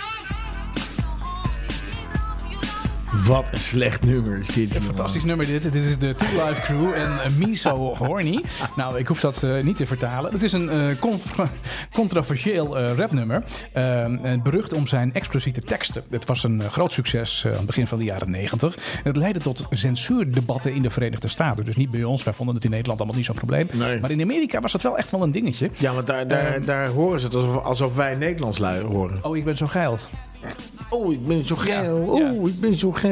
Speaker 2: Wat een slecht nummer is dit. jongen.
Speaker 1: Fantastisch nummer dit. Dit is de Two Live Crew en eh, Me So Horny. Nou, ik hoef dat eh, niet te vertalen. Het is een eh, conf- controversieel eh, rapnummer. Ehm, en berucht om zijn expliciete teksten. Het was een eh, groot succes eh, aan het begin van de jaren 90. Het leidde tot censuurdebatten in de Verenigde Staten. Dus niet bij ons. Wij vonden het in Nederland allemaal niet zo'n probleem.
Speaker 2: Nee.
Speaker 1: Maar in Amerika was dat wel echt wel een dingetje.
Speaker 2: Ja, want daar, daar, daar horen ze het alsof, alsof wij Nederlands lui horen.
Speaker 1: Ehm. Oh, ik ben zo geil.
Speaker 2: Oh, ik ben zo geel.
Speaker 1: ja.
Speaker 2: Oh, ik ben zo geel.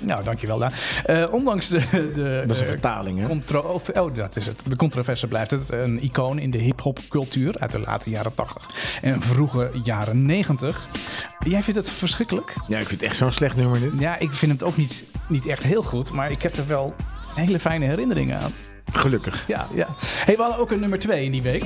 Speaker 1: Nou, dankjewel. Daan. Eh ondanks de, de
Speaker 2: Dat is een
Speaker 1: eh,
Speaker 2: vertaling, hè?
Speaker 1: Contro of- oh, dat is het. De controverse blijft het. Een icoon in de hip-hop cultuur uit de late jaren 80 en vroege jaren 90. Jij vindt het verschrikkelijk?
Speaker 2: Ja, ik vind het echt zo'n slecht nummer dit.
Speaker 1: Ja, ik vind het ook niet, niet echt heel goed, maar ik heb er wel hele fijne herinneringen aan.
Speaker 2: Gelukkig.
Speaker 1: Ja, ja. Hey, we hadden ook een nummer 2 in die week.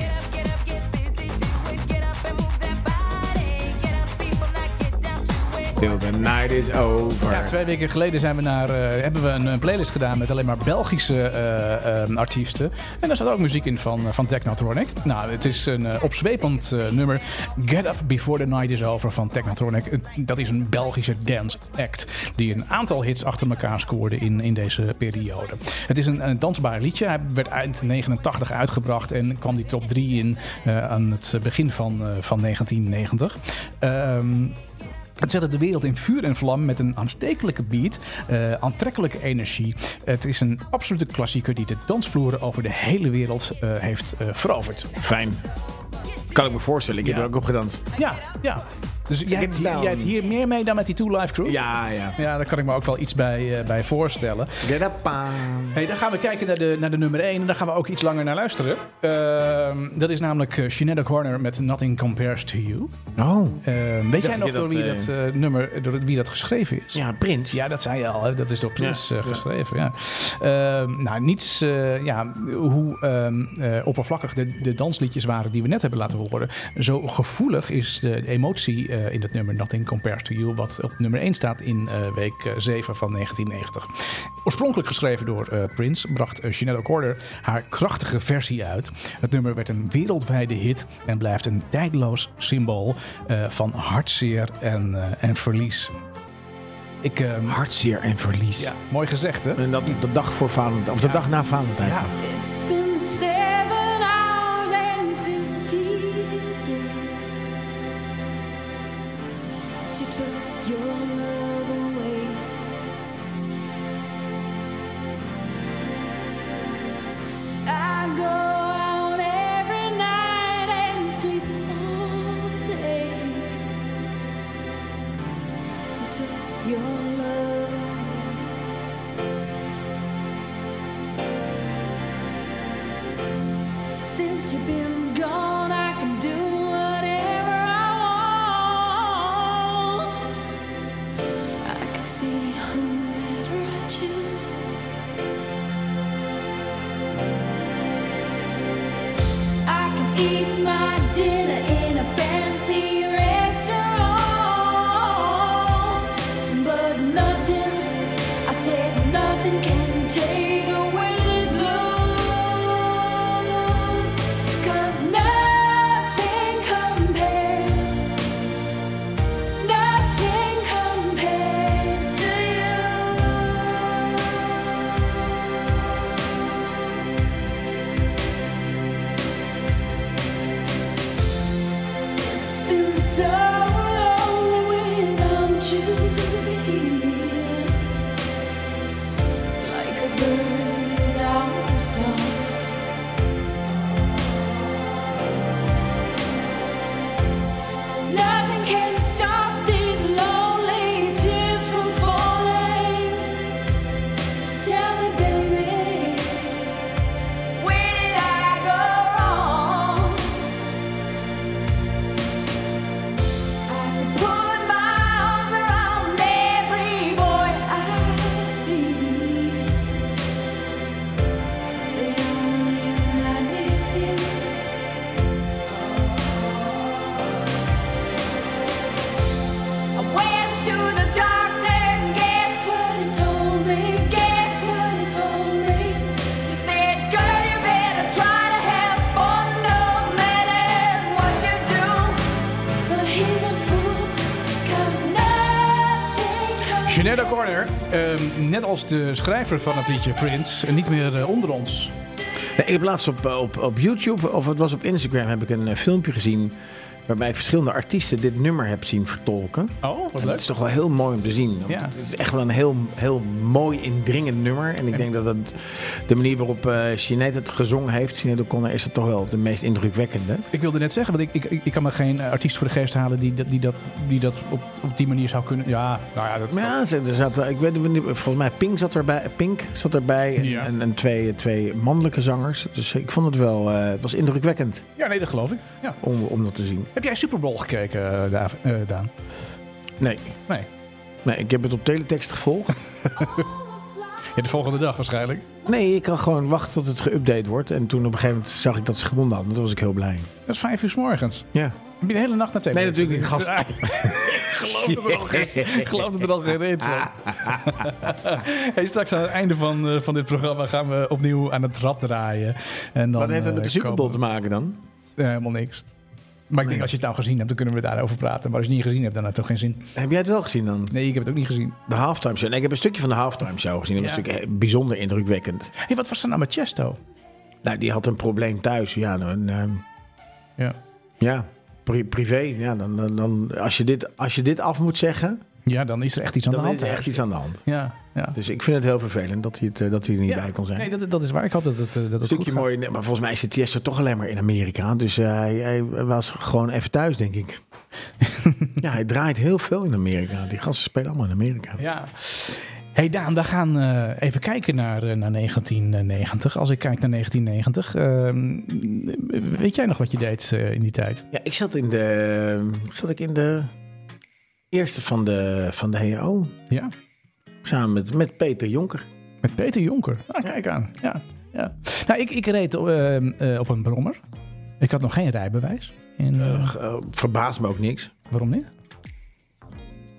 Speaker 2: Till the night is over.
Speaker 1: Ja, twee weken geleden zijn we naar, eh, hebben we een, eh, playlist gedaan met alleen maar Belgische eh, eh, artiesten. En daar zat ook muziek in van, eh, van Technotronic. Nou, het is een eh, opzwepend eh, nummer. Get Up Before the Night is Over van Technotronic. Eh, Dat is een Belgische dance act die een aantal hits achter elkaar scoorde in, in deze periode. Het is een, een dansbaar liedje. Hij werd eind 89 uitgebracht en kwam die top 3 in eh, aan het begin van, eh, van 1990. Ehm het zette de wereld in vuur en vlam met een aanstekelijke beat, eh, aantrekkelijke energie. Het is een absolute klassieker die de dansvloeren over de hele wereld eh, heeft eh, veroverd.
Speaker 2: Fijn. Kan ik me voorstellen. Ik heb
Speaker 1: Ja.
Speaker 2: er ook op gedanst.
Speaker 1: Ja, ja. Dus jij hebt,
Speaker 2: Get down.
Speaker 1: jij hebt hier meer mee dan met die Two Live Crew?
Speaker 2: Ja, ja.
Speaker 1: Ja, daar kan ik me ook wel iets bij, eh, bij voorstellen.
Speaker 2: Get up, ah.
Speaker 1: Hey, dan gaan we kijken naar de, naar de nummer 1 en daar gaan we ook iets langer naar luisteren. Ehm, dat is namelijk eh, Shenandoah Corner met Nothing Compares to You.
Speaker 2: Oh.
Speaker 1: Ehm, weet jij
Speaker 2: je
Speaker 1: nog
Speaker 2: dat,
Speaker 1: door wie
Speaker 2: eh,
Speaker 1: dat eh, nummer, door wie dat geschreven is?
Speaker 2: Ja, Prins.
Speaker 1: Ja, dat zei je al. Hè? Dat is door Prins eh, geschreven. Ja. Ehm, nou, niets eh, ja, hoe ehm, eh, oppervlakkig de, de dansliedjes waren die we net hebben laten horen. Zo gevoelig is de emotie eh, in het nummer Nothing Compares to You, wat op nummer 1 staat in eh, week eh, 7 van 1990. Oorspronkelijk geschreven door eh, Prince, bracht eh, Chanel Corder haar krachtige versie uit. Het nummer werd een wereldwijde hit en blijft een tijdloos symbool eh, van hartzeer en, eh, en verlies. Ik, ehm,
Speaker 2: Hartzeer en verlies.
Speaker 1: ja, mooi gezegd, hè?
Speaker 2: En dat op de dag voor Valentijn. Of de dag na Valentijn.
Speaker 1: Ja.
Speaker 5: It's been seven hours and fifteen days since you took your love away. I go out every night and sleep all day since you took your love away. Since you've been gone, I can do whatever I want. I can see whomever I choose. I can eat my dinner in a fancy restaurant, but nothing, I said nothing can take away these blues.
Speaker 1: Geneda Corner, ehm, net als de schrijver van het liedje Prince, niet meer eh, onder ons.
Speaker 2: Nee, ik heb laatst op, op, op YouTube, of het was op Instagram, heb ik een eh, filmpje gezien. Waarbij ik verschillende artiesten dit nummer heb zien vertolken.
Speaker 1: Oh, wat
Speaker 2: En dat is toch wel heel mooi om te zien. Want
Speaker 1: Ja.
Speaker 2: Het is echt wel een heel, heel mooi, indringend nummer. En ik denk dat het, de manier waarop eh Sinead het gezongen heeft, Sinead O'Connor, is het toch wel de meest indrukwekkende.
Speaker 1: Ik wilde net zeggen, want ik, ik, ik- ik kan me geen eh, artiest voor de geest halen die, dat- die dat, die dat op, op die manier zou kunnen. Ja, nou ja, dat,
Speaker 2: Maar ja, ze- er zaten, ik weet het niet, volgens mij Pink zat erbij, Pink zat erbij en,
Speaker 1: Ja.
Speaker 2: en, en twee, twee mannelijke zangers. Dus ik vond het wel, eh, het was indrukwekkend
Speaker 1: ja nee, dat geloof ik. Ja.
Speaker 2: om, om dat te zien.
Speaker 1: Heb jij Super Bowl gekeken, eh, Daaf- eh, Daan?
Speaker 2: Nee,
Speaker 1: Nee.
Speaker 2: nee, ik heb het op teletext gevolgd.
Speaker 1: Ja, de volgende dag waarschijnlijk.
Speaker 2: Nee, ik kan gewoon wachten tot het geüpdate wordt. En toen op een gegeven moment zag ik dat ze gewonnen hadden. Toen was ik heel blij.
Speaker 1: Dat is vijf uur s morgens.
Speaker 2: Ja.
Speaker 1: Heb je de hele nacht naar tv?
Speaker 2: Nee, natuurlijk niet, gast.
Speaker 1: Ah, ik geloof dat er al geen- Ik geloof dat er al geen reet van. Hey, straks aan het einde van, eh, van dit programma gaan we opnieuw aan het rad draaien. En dan,
Speaker 2: Wat heeft dat met de
Speaker 1: eh,
Speaker 2: Super Bowl
Speaker 1: komen-
Speaker 2: te maken dan?
Speaker 1: Eh, helemaal niks. Maar ik denk, als je het nou gezien hebt, dan kunnen we daarover praten. Maar als je het niet gezien hebt, dan heeft het toch geen zin.
Speaker 2: Heb jij het wel gezien dan?
Speaker 1: Nee, ik heb het ook niet gezien.
Speaker 2: De halftime show. Nee, ik heb een stukje van de halftime show gezien. Dat was
Speaker 1: Ja.
Speaker 2: natuurlijk eh, bijzonder indrukwekkend.
Speaker 1: hey, wat was er nou met Chesto?
Speaker 2: Nou, die had een probleem thuis. Ja, dan, eh,
Speaker 1: Ja.
Speaker 2: ja pri- privé. Ja, dan, dan, dan, als, je dit, als je dit af moet zeggen,
Speaker 1: ja, dan is er echt iets aan
Speaker 2: dan
Speaker 1: de hand.
Speaker 2: is er echt iets aan de hand.
Speaker 1: Ja, ja.
Speaker 2: Dus ik vind het heel vervelend dat hij, het, eh, dat hij er niet
Speaker 1: Ja.
Speaker 2: bij kon zijn.
Speaker 1: Nee, dat, dat is waar. Ik hoop dat het, eh, dat het
Speaker 2: Een
Speaker 1: goed
Speaker 2: stukje
Speaker 1: gaat.
Speaker 2: mooi, nee, maar volgens mij zit Tiesto toch alleen maar in Amerika. Dus eh, hij, hij was gewoon even thuis, denk ik. ja, hij draait heel veel in Amerika. Die gasten spelen allemaal in Amerika.
Speaker 1: Ja. Hey Daan, we gaan eh, even kijken naar, eh, naar 1990. Als ik kijk naar 1990, ehm, weet jij nog wat je deed eh, in die tijd?
Speaker 2: Ja, ik zat in de, zat ik in de eerste van de, van de HEO.
Speaker 1: Ja,
Speaker 2: Samen met, met Peter Jonker.
Speaker 1: met Peter Jonker. Ah, kijk aan. Ja, ja. Nou, ik, ik reed op, ehm, eh, op een brommer. Ik had nog geen rijbewijs. En, eh,
Speaker 2: Eh, eh, verbaast me ook niks.
Speaker 1: waarom niet?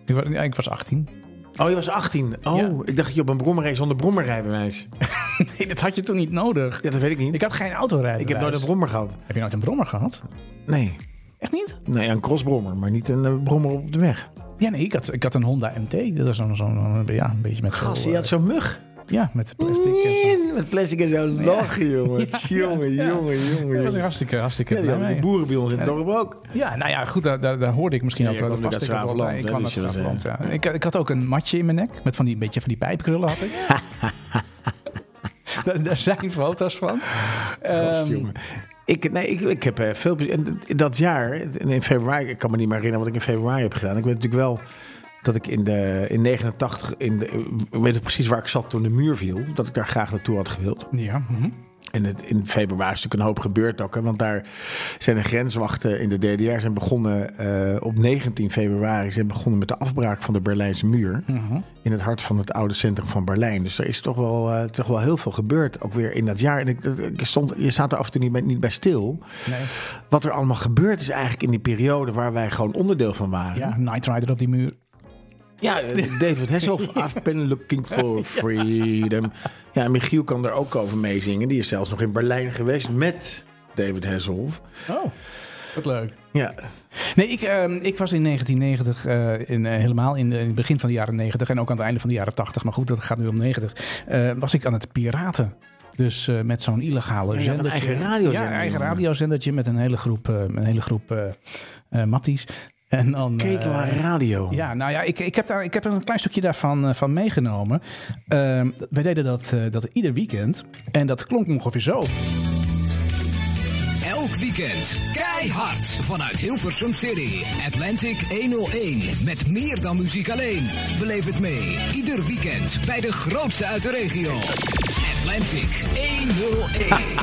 Speaker 1: Ik was, ja, ik was 18.
Speaker 2: Oh, je was 18. Oh,
Speaker 1: Ja.
Speaker 2: ik dacht dat je op een brommer reed zonder brommerrijbewijs.
Speaker 1: Nee, dat had je toen niet nodig.
Speaker 2: Ja, dat weet ik niet.
Speaker 1: Ik
Speaker 2: Ik,
Speaker 1: had geen autorijbewijs.
Speaker 2: heb nooit een brommer gehad.
Speaker 1: Heb je nooit een brommer gehad?
Speaker 2: Nee.
Speaker 1: Echt niet?
Speaker 2: Nee, een crossbrommer, maar niet een eh, brommer op de weg.
Speaker 1: Ja, nee, ik had, ik had een Honda MT. Dat was zo'n, zo'n ja, een beetje met...
Speaker 2: Gast,
Speaker 1: veel,
Speaker 2: je had
Speaker 1: eh,
Speaker 2: zo'n mug.
Speaker 1: Ja, met plastic.
Speaker 2: Mm.
Speaker 1: en zo.
Speaker 2: Nee, Met plastic en zo lachen, jongen. Jongen,
Speaker 1: ja.
Speaker 2: jongen, jongen.
Speaker 1: Dat was
Speaker 2: jongen.
Speaker 1: een hartstikke, hartstikke
Speaker 2: Ja, die
Speaker 1: blij
Speaker 2: hadden
Speaker 1: mee.
Speaker 2: die boeren bij ons in het dorp ook.
Speaker 1: Ja, nou ja, goed, daar, daar, daar hoorde ik misschien
Speaker 2: Ja,
Speaker 1: ook
Speaker 2: jij
Speaker 1: wel.
Speaker 2: kwam
Speaker 1: Dat
Speaker 2: natuurlijk
Speaker 1: past ik
Speaker 2: uit
Speaker 1: ook wel bij. Ik kwam uit
Speaker 2: Zwaveland, hè,
Speaker 1: Zwaveland,
Speaker 2: dus je
Speaker 1: ja. Ik, ik had ook een matje in mijn nek, met van die beetje van die pijpkrullen had ik. daar, daar zijn foto's van. Ehm,
Speaker 2: Gast, jongen. Ik, nee, ik, ik heb eh, veel plezier. En dat jaar, in in februari, ik kan me niet meer herinneren wat ik in februari heb gedaan. Ik weet natuurlijk wel dat ik in, de, in 89, in de, ik weet nog precies waar ik zat toen de muur viel. Dat ik daar graag naartoe had gewild.
Speaker 1: Ja, mhm.
Speaker 2: En het, in februari is natuurlijk een hoop gebeurd ook. Hè, want daar zijn de grenswachten in de DDR zijn begonnen eh, op 19 februari. Zijn begonnen met de afbraak van de Berlijnse muur.
Speaker 1: Mhm.
Speaker 2: In het hart van het oude centrum van Berlijn. Dus er is toch wel, eh, toch wel heel veel gebeurd. Ook weer in dat jaar. En ik, eh, ik stond, je staat er af en toe niet bij, niet bij stil.
Speaker 1: nee.
Speaker 2: Wat er allemaal gebeurd is eigenlijk in die periode waar wij gewoon onderdeel van waren.
Speaker 1: ja, Night Rider op die muur.
Speaker 2: Ja, eh, David Hesselhoff, I've been looking for freedom. Ja, Michiel kan er ook over meezingen. Die is zelfs nog in Berlijn geweest met David Hesselhoff.
Speaker 1: Oh, wat leuk.
Speaker 2: Ja,
Speaker 1: Nee, ik, ehm, ik was in 1990 eh, in, eh, helemaal in, de- in het begin van de jaren 90 en ook aan het einde van de jaren 80. Maar goed, dat gaat nu om 90. eh, was ik aan het piraten. Dus eh, met zo'n illegale
Speaker 2: je had een
Speaker 1: zendertje.
Speaker 2: eigen radiozender,
Speaker 1: Ja, een eigen
Speaker 2: jongen.
Speaker 1: radiozendertje met een hele groep, eh, een hele groep eh eh, matties. En dan, eh,
Speaker 2: Kekelaar Radio.
Speaker 1: ja, nou ja, ik, ik, heb daar, ik heb een klein stukje daarvan eh, van meegenomen. Ehm, wij deden dat, eh, dat ieder weekend. En dat klonk ongeveer zo.
Speaker 6: Elk weekend keihard vanuit Hilversum City. Atlantic 101. Met meer dan muziek alleen. Beleef het mee. Ieder weekend bij de grootste uit de regio. Atlantic 101.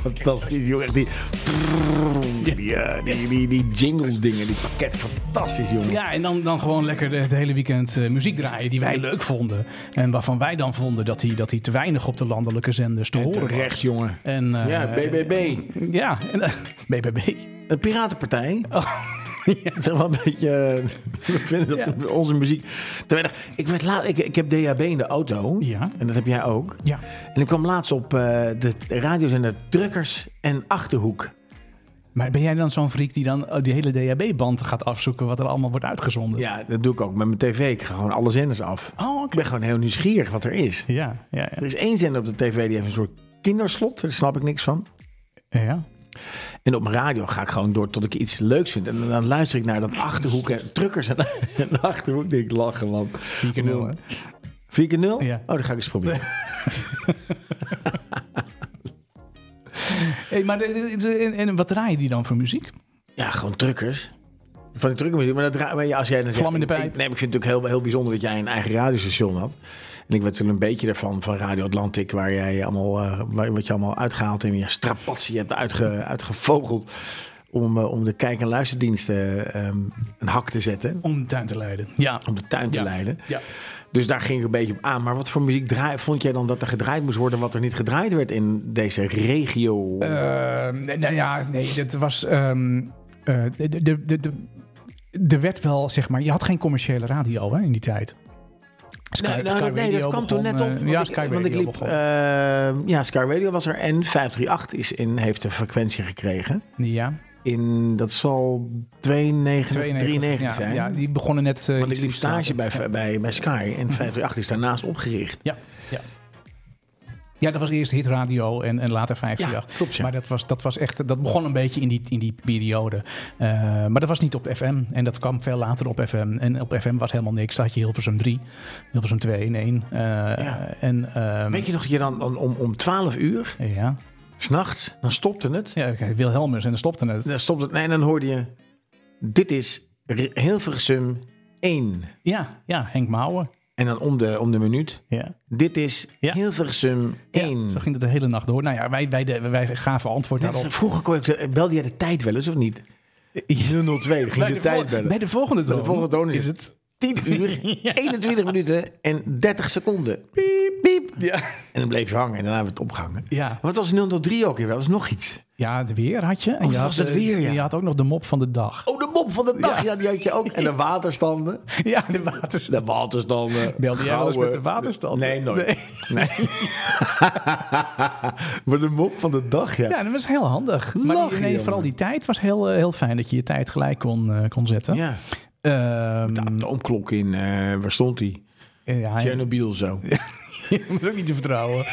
Speaker 2: Fantastisch, jongen. Echt Die, die, eh, die, die, die jingles dingen, die pakket. Fantastisch, jongen.
Speaker 1: Ja, en dan, dan gewoon lekker de- het hele weekend eh, muziek draaien die wij leuk vonden. En waarvan wij dan vonden dat die, dat die te weinig op de landelijke zenders te
Speaker 2: En
Speaker 1: horen was.
Speaker 2: terecht, jongen.
Speaker 1: En, eh,
Speaker 2: Ja, BBB.
Speaker 1: Ja, en, eh, BBB.
Speaker 2: De Piratenpartij.
Speaker 1: Oh,
Speaker 2: Zeg wel een beetje. eh, We vinden dat onze muziek. te weinig- Ik, werd laat, ik, ik heb DHB in de auto.
Speaker 1: Ja.
Speaker 2: En dat heb jij ook.
Speaker 1: Ja.
Speaker 2: En ik kwam laatst op eh de radiozender Drukkers en Achterhoek.
Speaker 1: Maar ben jij dan zo'n freak die dan eh, die hele DHB-band gaat afzoeken wat er allemaal wordt uitgezonden?
Speaker 2: Ja, dat doe ik ook met mijn tv. Ik ga gewoon alle zenders af.
Speaker 1: Oh,
Speaker 2: Ik
Speaker 1: oké.
Speaker 2: ben gewoon heel nieuwsgierig wat er is.
Speaker 1: Ja, ja,
Speaker 2: Er is één zender op de tv die heeft een soort kinderslot. Daar snap ik niks van.
Speaker 1: ja. ja.
Speaker 2: En op mijn radio ga ik gewoon door tot ik iets leuks vind. En dan luister ik naar dat achterhoek. En truckers en, en achterhoek. Denk ik lachen, man. 4
Speaker 1: keer nul, hè?
Speaker 2: 4 keer 0?
Speaker 1: Ja.
Speaker 2: Oh, dan ga ik eens proberen.
Speaker 1: Hey, maar dit- dit- dit- en, en wat draai je die dan voor muziek?
Speaker 2: Ja, gewoon truckers. Van die truckermuziek. Maar, dat, dra- maar ja, als jij dan zegt,
Speaker 1: Vlam in de
Speaker 2: ik-
Speaker 1: pijp.
Speaker 2: ik- Nee, maar ik vind het natuurlijk heel, heel bijzonder dat jij een eigen radiostation had. En ik weet toen een beetje daarvan van Radio Atlantic, waar jij allemaal, eh, waar- wat je allemaal uitgehaald en je strapatsie hebt uitge, uitgevogeld. Om, eh, om de kijk- en luisterdiensten ehm, een hak te zetten.
Speaker 1: Om de tuin te leiden. Ja.
Speaker 2: Om de tuin te
Speaker 1: Ja.
Speaker 2: leiden.
Speaker 1: Ja.
Speaker 2: Dus daar ging ik een beetje op aan. Maar wat voor muziek draai, vond jij dan dat er gedraaid moest worden wat er niet gedraaid werd in deze regio?
Speaker 1: Ehm, nee, nou ja, nee, dat was. ehm, eh, de, de, de, de, er werd wel, zeg maar, je had geen commerciële radio hè, in die tijd. Sky-
Speaker 2: Nee, nou,
Speaker 1: Sky
Speaker 2: dat, nee,
Speaker 1: Radio
Speaker 2: dat kwam
Speaker 1: begon,
Speaker 2: toen net op.
Speaker 1: eh,
Speaker 2: Want
Speaker 1: ja,
Speaker 2: ik,
Speaker 1: Sky
Speaker 2: want ik
Speaker 1: Radio
Speaker 2: liep,
Speaker 1: begon.
Speaker 2: eh, ja, Sky Radio was er. En 538 is in, heeft een frequentie gekregen.
Speaker 1: ja,
Speaker 2: In, dat zal 92,
Speaker 1: 92.
Speaker 2: 93
Speaker 1: Ja,
Speaker 2: zijn.
Speaker 1: ja, die begonnen net. eh,
Speaker 2: want ik liep
Speaker 1: iets te starten.
Speaker 2: stage bij, bij, bij Sky.
Speaker 1: Mhm.
Speaker 2: En 538 is daarnaast opgericht.
Speaker 1: Ja, ja. Ja, dat was eerst hit radio en, en later 538.
Speaker 2: Ja, klopt, ja.
Speaker 1: Maar dat, was, dat, was echt, dat begon een beetje in die, in die periode. Eh, maar dat was niet op FM. En dat kwam veel later op FM. En op FM was helemaal niks. Daar had je Hilversum 3, Hilversum 2 in 1. Eh En ehm,
Speaker 2: Weet je nog dat je dan, dan om, om 12 uur,
Speaker 1: ja,
Speaker 2: s'nachts, dan stopte het.
Speaker 1: ja oké, Wilhelmus en dan stopte het.
Speaker 2: Dan stopte het. Nee, en dan hoorde je, dit is Re- Hilversum 1.
Speaker 1: Ja, ja Henk Mouwen.
Speaker 2: En dan om de, om de minuut,
Speaker 1: Ja.
Speaker 2: dit is
Speaker 1: Ja.
Speaker 2: Hilversum
Speaker 1: Ja,
Speaker 2: 1.
Speaker 1: zo ging het de hele nacht door. Nou ja, wij, wij, de- wij gaven antwoord
Speaker 2: Net als-
Speaker 1: daarop.
Speaker 2: vroeger kon ik, de- belde jij de tijd wel eens of niet? 002, dan ging
Speaker 1: Bij
Speaker 2: je
Speaker 1: de,
Speaker 2: de
Speaker 1: vol-
Speaker 2: tijd bellen.
Speaker 1: bij de volgende
Speaker 2: Bij de
Speaker 1: toon
Speaker 2: volgende toon is het 10 uur, 21 minuten en 30 seconden. Piep, piep.
Speaker 1: Ja.
Speaker 2: En dan bleef je hangen en daarna werd het opgehangen.
Speaker 1: Ja.
Speaker 2: Wat was 003 ook weer? Dat was nog iets.
Speaker 1: Ja, het weer had je. En je
Speaker 2: Oh, dat
Speaker 1: had,
Speaker 2: was het
Speaker 1: eh,
Speaker 2: weer, ja.
Speaker 1: en Je had ook nog de mop van de dag.
Speaker 2: Oh, de mop van de dag. Ja, die had je ook. En de waterstanden.
Speaker 1: Ja, de waters.
Speaker 2: Oh. De waterstanden.
Speaker 1: Belde jij wel eens
Speaker 2: gouden-
Speaker 1: met de waterstand?
Speaker 2: Nee, nooit.
Speaker 1: Nee.
Speaker 2: Nee. maar de mop van de dag, ja.
Speaker 1: Ja, dat was heel handig. Maar
Speaker 2: Lach,
Speaker 1: die, nee,
Speaker 2: jongen.
Speaker 1: vooral die tijd was heel, eh, heel fijn dat je je tijd gelijk kon, eh, kon zetten.
Speaker 2: Ja.
Speaker 1: Ehm,
Speaker 2: De omklok in, eh, waar stond die?
Speaker 1: eh, ja,
Speaker 2: Chernobyl zo.
Speaker 1: je moet ook niet te vertrouwen.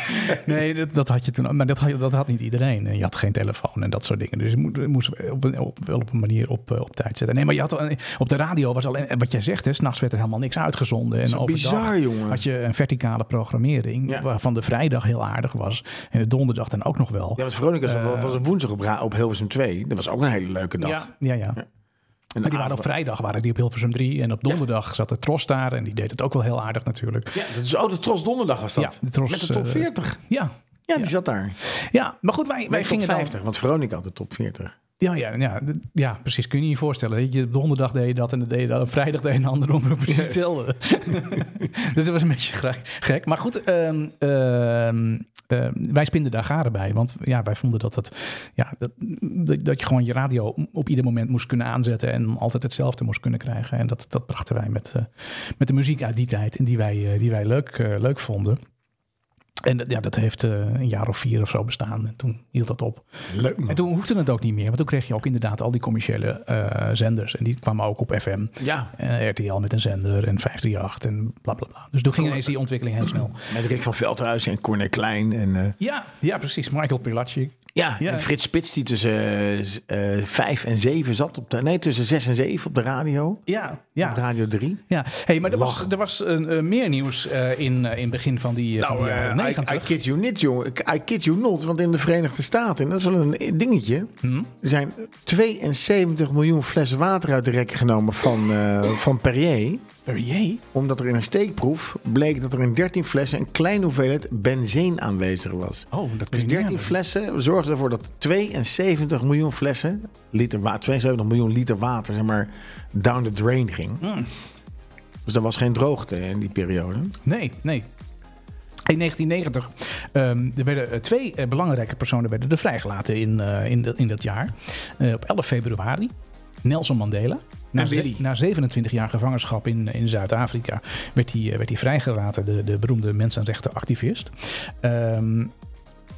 Speaker 1: Nee, dat, dat had je toen. Maar dat had, dat had niet iedereen. En Je had geen telefoon en dat soort dingen. Dus je moet, je moest op een, op, wel op een manier op, eh, op tijd zetten. Nee, maar je had, al- op de radio was alleen. en Wat jij zegt, hè, s'nachts werd er helemaal niks uitgezonden. En
Speaker 2: is
Speaker 1: overdag
Speaker 2: bizar, jongen.
Speaker 1: Had je een verticale programmering.
Speaker 2: Ja.
Speaker 1: Waarvan de vrijdag heel aardig was. En de donderdag dan ook nog wel.
Speaker 2: Ja, want Veronica was- was op woensdag op, Ra- op Hilversum 2. Dat was ook een hele leuke dag.
Speaker 1: Eh. Ja, ja, ja.
Speaker 2: En
Speaker 1: Maar die waren op
Speaker 2: avond-
Speaker 1: vrijdag waren die op Hilversum 3. En op donderdag zat de Tros daar. En die deed het ook wel heel aardig natuurlijk.
Speaker 2: Ja, dat is ook de Tros Donderdag was dat.
Speaker 1: Ja, de Tros,
Speaker 2: Met de top
Speaker 1: eh,
Speaker 2: 40.
Speaker 1: Ja,
Speaker 2: Ja, die zat daar.
Speaker 1: ja. maar goed, wij, wij
Speaker 2: Wij gingen
Speaker 1: gingen
Speaker 2: top
Speaker 1: dan...
Speaker 2: 50, want Veronica had de top 40.
Speaker 1: Ja, ja, ja, d- ja, precies. Kun je je voorstellen. Weet je, op donderdag deed je dat en dan deed je dat. Op vrijdag deed je een andere omroep. Precies hetzelfde. dus dat was een beetje gra- gek. Maar goed, ehm, ehm, ehm, wij spinden daar garen bij. Want ja, wij vonden dat, dat, ja, dat, dat, dat je gewoon je radio op ieder moment moest kunnen aanzetten. En altijd hetzelfde moest kunnen krijgen. En dat, dat brachten wij met, eh, met de muziek uit die tijd. En die wij, eh, die wij leuk, eh, leuk vonden. En dat- ja, dat heeft eh, een jaar of vier of zo bestaan. En toen hield dat op.
Speaker 2: Leuk man.
Speaker 1: En toen hoefde het ook niet meer, want toen kreeg je ook inderdaad al die commerciële eh, zenders. En die kwamen ook op FM.
Speaker 2: Ja,
Speaker 1: Eh, RTL met een zender en 538 en bla bla bla. Dus toen ging ineens die ontwikkeling heel snel.
Speaker 2: met Rick van Veldhuizen en Corné Klein. En, eh,
Speaker 1: Ja, ja precies. Michael Pilatschik.
Speaker 2: ja,
Speaker 1: Ja.
Speaker 2: en Frits Spits die tussen eh, eh, 5 en 7 zat. Op de, nee, tussen 6 en 7 op de radio.
Speaker 1: Ja,
Speaker 2: Op
Speaker 1: ja.
Speaker 2: Radio 3.
Speaker 1: ja. hey, maar er was,
Speaker 2: Lachen.
Speaker 1: er was eh, eh, meer nieuws eh, in, eh, in het begin van die, eh, van
Speaker 2: Nou,
Speaker 1: die jaren
Speaker 2: eh, I, I
Speaker 1: 90.
Speaker 2: kid you not, jongen. I kid you not, want in de Verenigde Staten, en dat is wel een eh, dingetje,
Speaker 1: Hmm?
Speaker 2: er zijn 72 miljoen flessen water uit de rekken genomen van, eh, van Perrier.
Speaker 1: Perrier? Oh,
Speaker 2: Omdat er in een steekproef bleek dat er in 13 flessen een kleine hoeveelheid benzeen aanwezig was.
Speaker 1: Oh, dat kun
Speaker 2: Dus
Speaker 1: je
Speaker 2: 13
Speaker 1: niet
Speaker 2: flessen zorgden ervoor dat 72 miljoen flessen, liter, wa- 72 miljoen liter water, zeg maar, down the drain ging.
Speaker 1: Hmm.
Speaker 2: Dus er was geen droogte in die periode.
Speaker 1: Nee, nee. In 1990 ehm, er werden eh, twee eh, belangrijke personen werden er vrijgelaten in, eh, in, dat- in dat jaar. Eh, op 11 februari. Nelson Mandela. Na, ze-
Speaker 2: Willy.
Speaker 1: na 27 jaar gevangenschap in, in Zuid-Afrika werd hij eh, werd hij vrijgelaten, de, de beroemde mensenrechtenactivist. Ehm,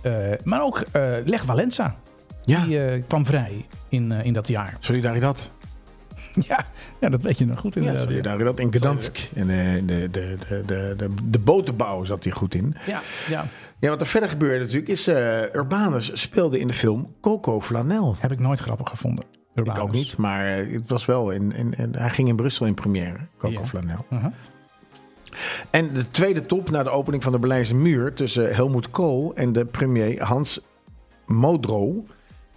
Speaker 1: eh, maar ook eh Leg Walensa.
Speaker 2: Ja.
Speaker 1: die eh, kwam vrij in, eh, in dat jaar.
Speaker 2: Solidaridad.
Speaker 1: Ja, ja, dat weet je nog goed
Speaker 2: Ja,
Speaker 1: inderdaad. ja.
Speaker 2: Solidaridad in Gdansk. En eh, de, de, de, de, de, de botenbouw zat hij goed in.
Speaker 1: Ja, ja.
Speaker 2: Ja, wat er verder gebeurde natuurlijk is... eh, Urbanus speelde in de film Coco Flanel.
Speaker 1: heb ik nooit grappig gevonden.
Speaker 2: Ik
Speaker 1: Urbanus.
Speaker 2: ook niet, maar eh, het was wel in, in, in- hij ging in Brussel in première, Coco
Speaker 1: Ja.
Speaker 2: Flanel.
Speaker 1: Uh-huh.
Speaker 2: En de tweede top na de opening van de Berlijnse muur tussen Helmoet Kool en de premier Hans Modrow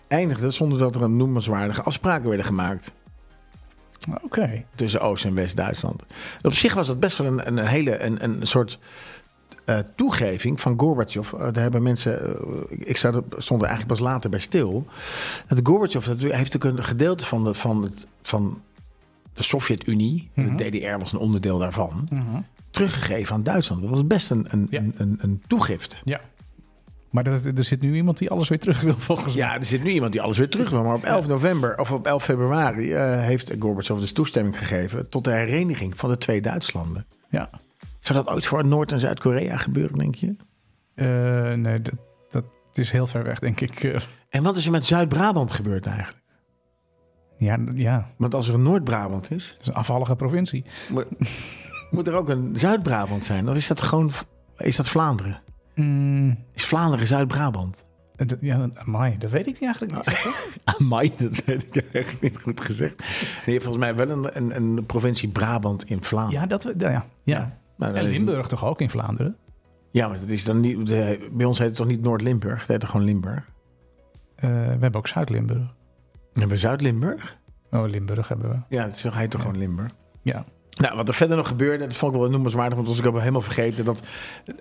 Speaker 2: eindigde zonder dat er een noemenswaardige afspraken werden gemaakt
Speaker 1: Oké.
Speaker 2: tussen Oost- en West-Duitsland. Op zich was dat best wel een, een hele een, een soort eh, toegeving van Gorbachev. Eh, daar hebben mensen, eh, ik sta er- stond er eigenlijk pas later bij stil. Dat Gorbachev dat heeft natuurlijk een gedeelte van de, van het, van de Sovjet-Unie, de DDR was een onderdeel daarvan, teruggegeven aan Duitsland. Dat was best een, een,
Speaker 1: Ja.
Speaker 2: een, een, een toegift.
Speaker 1: Ja. Maar er, er zit nu iemand die alles weer terug wil volgens mij.
Speaker 2: Ja, er zit nu iemand die alles weer terug wil. Maar op 11 november of op 11 februari eh, heeft Gorbachev dus toestemming gegeven tot de hereniging van de twee Duitslanden.
Speaker 1: Ja.
Speaker 2: Zou dat ooit voor Noord- en Zuid-Korea gebeuren, denk je?
Speaker 1: Eh, nee, dat, dat is heel ver weg, denk ik. Eh,
Speaker 2: En wat is er met Zuid-Brabant gebeurd eigenlijk?
Speaker 1: ja, ja,
Speaker 2: Want als er een Noord-Brabant is,
Speaker 1: dat is een afvallige provincie.
Speaker 2: moet, moet er ook een Zuid-Brabant zijn. Of is dat gewoon is dat Vlaanderen?
Speaker 1: Mm,
Speaker 2: Is Vlaanderen Zuid-Brabant?
Speaker 1: eh, dat- ja, amai, dat weet ik eigenlijk
Speaker 2: Ah.
Speaker 1: niet. zeg, hoor.
Speaker 2: Amai, dat weet ik echt niet goed gezegd. Je hebt volgens mij wel een, een, een provincie Brabant in Vlaanderen.
Speaker 1: Ja, dat, we- ja, ja. ja.
Speaker 2: Nou, dan
Speaker 1: En
Speaker 2: is-
Speaker 1: Limburg toch ook in Vlaanderen?
Speaker 2: Ja, maar dat is dan niet, de- bij ons heet het toch niet Noord-Limburg? Het heet toch gewoon Limburg?
Speaker 1: Eh, we hebben ook Zuid-Limburg.
Speaker 2: Hebben we Zuid-Limburg?
Speaker 1: Oh, Limburg hebben we.
Speaker 2: Ja, het is- heet toch gewoon Limburg?
Speaker 1: Ja.
Speaker 2: Nou, wat er verder nog gebeurde, dat vond ik wel noemenswaardig, want dat was ik ook helemaal vergeten. Dat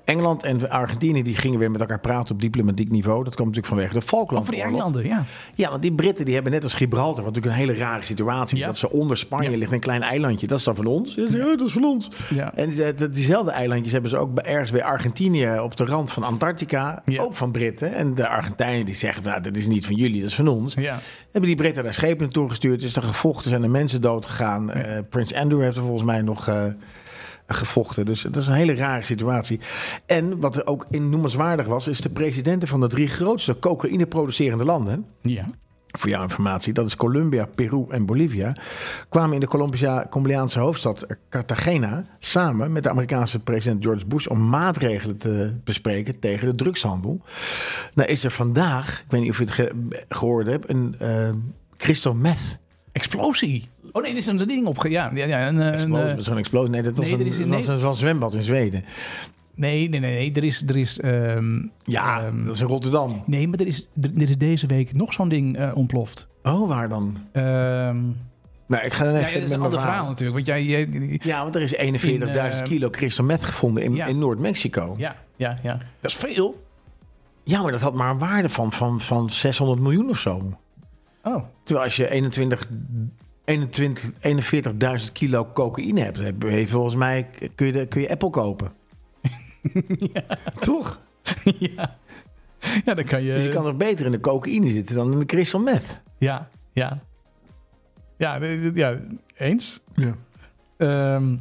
Speaker 2: Engeland en Argentinië die gingen weer met elkaar praten op diplomatiek niveau. Dat kwam natuurlijk vanwege de
Speaker 1: Over die
Speaker 2: Falklandoorlog.
Speaker 1: eilanden, ja.
Speaker 2: ja, want die Britten die hebben net als Gibraltar, wat natuurlijk een hele rare situatie is.
Speaker 1: Ja.
Speaker 2: Dat ze onder Spanje ligt een klein eilandje. Dat is dan van ons. Ja, ze zeggen, "Oh, dat is van ons.
Speaker 1: Ja.
Speaker 2: En die- dat- diezelfde eilandjes hebben ze ook bij- ergens bij Argentinië op de rand van Antarctica.
Speaker 1: Ja.
Speaker 2: Ook van Britten. En de Argentijnen die zeggen, van, nou, dat is niet van jullie, dat is van ons.
Speaker 1: Ja.
Speaker 2: Hebben die Britten daar schepen naartoe gestuurd. Is er gevochten, zijn er mensen dood gegaan. Eh, Prins Andrew heeft er volgens mij nog eh, gevochten. Dus dat is een hele rare situatie. En wat er ook in noemenswaardig was... is de presidenten van de drie grootste cocaïne-producerende landen...
Speaker 1: Ja.
Speaker 2: voor jouw informatie, dat is Colombia, Peru en Bolivia... kwamen in de Colombia- Colombiaanse hoofdstad Cartagena... samen met de Amerikaanse president George Bush... om maatregelen te bespreken tegen de drugshandel. Nou is er vandaag, ik weet niet of je het ge- gehoord hebt... een eh crystal meth
Speaker 1: Explosie. Oh nee, dit is een ding opge... Ja, ja, ja een, eh, een,
Speaker 2: explosie.
Speaker 1: eh,
Speaker 2: Zo'n explosie, nee, dat was,
Speaker 1: nee, er
Speaker 2: een,
Speaker 1: is in
Speaker 2: dat was een,
Speaker 1: Nederland-
Speaker 2: zo'n zwembad in Zweden.
Speaker 1: nee, nee, nee, nee. Er is... Er is ehm,
Speaker 2: Ja,
Speaker 1: ehm,
Speaker 2: dat is in Rotterdam.
Speaker 1: Nee, maar er is, er, er is deze week nog zo'n ding eh, ontploft.
Speaker 2: Oh, waar dan?
Speaker 1: Ehm
Speaker 2: Nou, ik ga
Speaker 1: ja,
Speaker 2: dan even
Speaker 1: dat is een
Speaker 2: verder met
Speaker 1: ander
Speaker 2: mijn
Speaker 1: verhaal
Speaker 2: verhaal.
Speaker 1: natuurlijk. Want jij... jij-
Speaker 2: Ja, want er is 41.000
Speaker 1: In, eh,
Speaker 2: kilo crystal meth gevonden in,
Speaker 1: Ja.
Speaker 2: in Noord-Mexico. Ja.
Speaker 1: ja, ja, ja. Dat is veel.
Speaker 2: maar dat had maar een waarde van, van, van 600 miljoen of zo.
Speaker 1: Oh,
Speaker 2: Terwijl als je 21, 21, 41.000 kilo cocaïne hebt, heb je volgens mij kun je, de- kun je Apple kopen. Toch?
Speaker 1: ja. Ja, dan kan je...
Speaker 2: Dus je kan nog beter in de cocaïne zitten dan in de crystal meth.
Speaker 1: Ja, ja. Ja, d- d- ja eens.
Speaker 2: Ja.
Speaker 1: Ehm,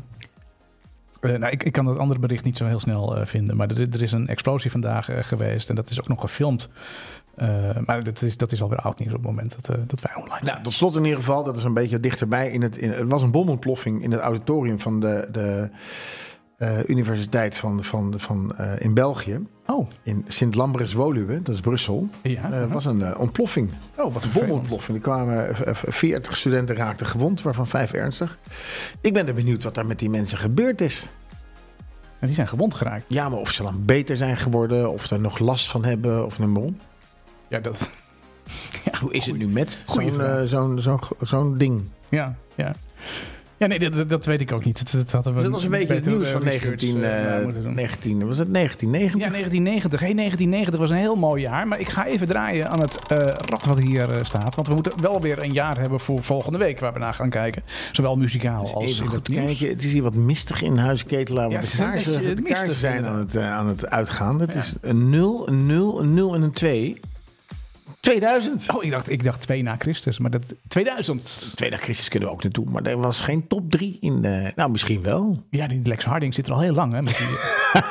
Speaker 1: eh, nou, ik, ik kan dat andere bericht niet zo heel snel eh, vinden. Maar er, er is een explosie vandaag eh, geweest. En dat is ook nog gefilmd. Eh, maar dat is, dat is alweer oud nieuws op het moment dat, eh, dat wij online zijn.
Speaker 2: Nou, tot slot in ieder geval, dat is een beetje dichterbij. In het, in, het was een bomontploffing in het auditorium van de, de eh, universiteit van, van, van, eh, in België.
Speaker 1: Oh,
Speaker 2: In Sint-Lambres-Woluwe, dat is Brussel.
Speaker 1: ja.
Speaker 2: Eh was een eh, ontploffing,
Speaker 1: oh, wat
Speaker 2: een
Speaker 1: een
Speaker 2: bomontploffing. Er kwamen eh, v- 40 studenten raakten gewond, waarvan vijf ernstig. Ik ben er benieuwd wat daar met die mensen gebeurd is.
Speaker 1: En die zijn gewond geraakt.
Speaker 2: Ja, maar of ze dan beter zijn geworden, of ze er nog last van hebben, of noem maar op.
Speaker 1: Ja, dat...
Speaker 2: Hoe is het nu met
Speaker 1: Goeie
Speaker 2: zo'n
Speaker 1: vraag.
Speaker 2: eh, zo'n zo'n zo'n ding?
Speaker 1: Ja, ja. Ja, nee, dat- dat, dat weet ik ook niet. Dat, dat, hadden we
Speaker 2: Dat was een beetje het
Speaker 1: beter,
Speaker 2: nieuws
Speaker 1: eh,
Speaker 2: van
Speaker 1: research,
Speaker 2: 19,
Speaker 1: eh,
Speaker 2: eh,
Speaker 1: moeten doen.
Speaker 2: 19, was het 1990?
Speaker 1: Ja, 1990. Hey, 1990 was een heel mooi jaar. Maar ik ga even draaien aan het eh, rad wat hier eh, staat. Want we moeten wel weer een jaar hebben voor volgende week waar we naar gaan kijken. Zowel muzikaal
Speaker 2: Dus
Speaker 1: als
Speaker 2: Even
Speaker 1: in
Speaker 2: goed
Speaker 1: het nieuws.
Speaker 2: kijken. Het is hier wat mistig in huis Ketelaar.
Speaker 1: Ja,
Speaker 2: Want
Speaker 1: het
Speaker 2: de
Speaker 1: is een beetje
Speaker 2: kaarsen, de
Speaker 1: mistig,
Speaker 2: kaarsen zijn aan
Speaker 1: inderdaad.
Speaker 2: het, eh, aan het uitgaan. Het
Speaker 1: Ja.
Speaker 2: is een 0, een 0, een 0 en een 2. 2000.
Speaker 1: Oh, ik dacht, ik dacht twee na Christus. Maar dat 2000.
Speaker 2: Tweede na Christus kunnen we ook naartoe. Maar er was geen top 3 in de... Nou, misschien wel.
Speaker 1: Ja, die Lex Harding zit er al heel lang. Hè, met die-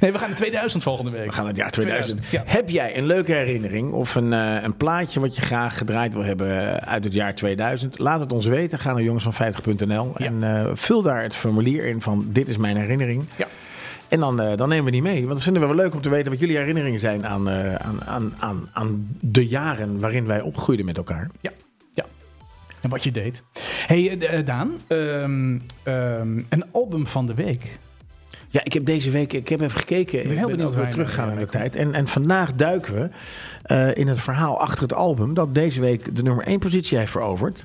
Speaker 1: Nee, we gaan naar 2000 volgende week.
Speaker 2: We gaan naar het jaar 2000.
Speaker 1: 2000, ja.
Speaker 2: Heb jij een leuke herinnering of een, eh, een plaatje wat je graag gedraaid wil hebben eh, uit het jaar 2000? Laat het ons weten. Ga naar jongensvan50.nl en eh, vul daar het formulier in van dit is mijn herinnering.
Speaker 1: Ja.
Speaker 2: En dan, eh, dan nemen we die mee. Want dat vinden we wel leuk om te weten wat jullie herinneringen zijn aan, eh, aan, aan, aan, aan de jaren waarin wij opgroeiden met elkaar.
Speaker 1: Ja, ja. En wat je deed. hey, eh, eh, Daan. ehm, ehm, een album van de week.
Speaker 2: Ja, ik heb deze week, ik heb even gekeken. Ik ben,
Speaker 1: heel benieuwd
Speaker 2: ook
Speaker 1: waar
Speaker 2: weer
Speaker 1: je
Speaker 2: teruggegaan in
Speaker 1: naar-
Speaker 2: de tijd. En, en vandaag duiken we eh, in het verhaal achter het album dat deze week de nummer 1 positie heeft veroverd.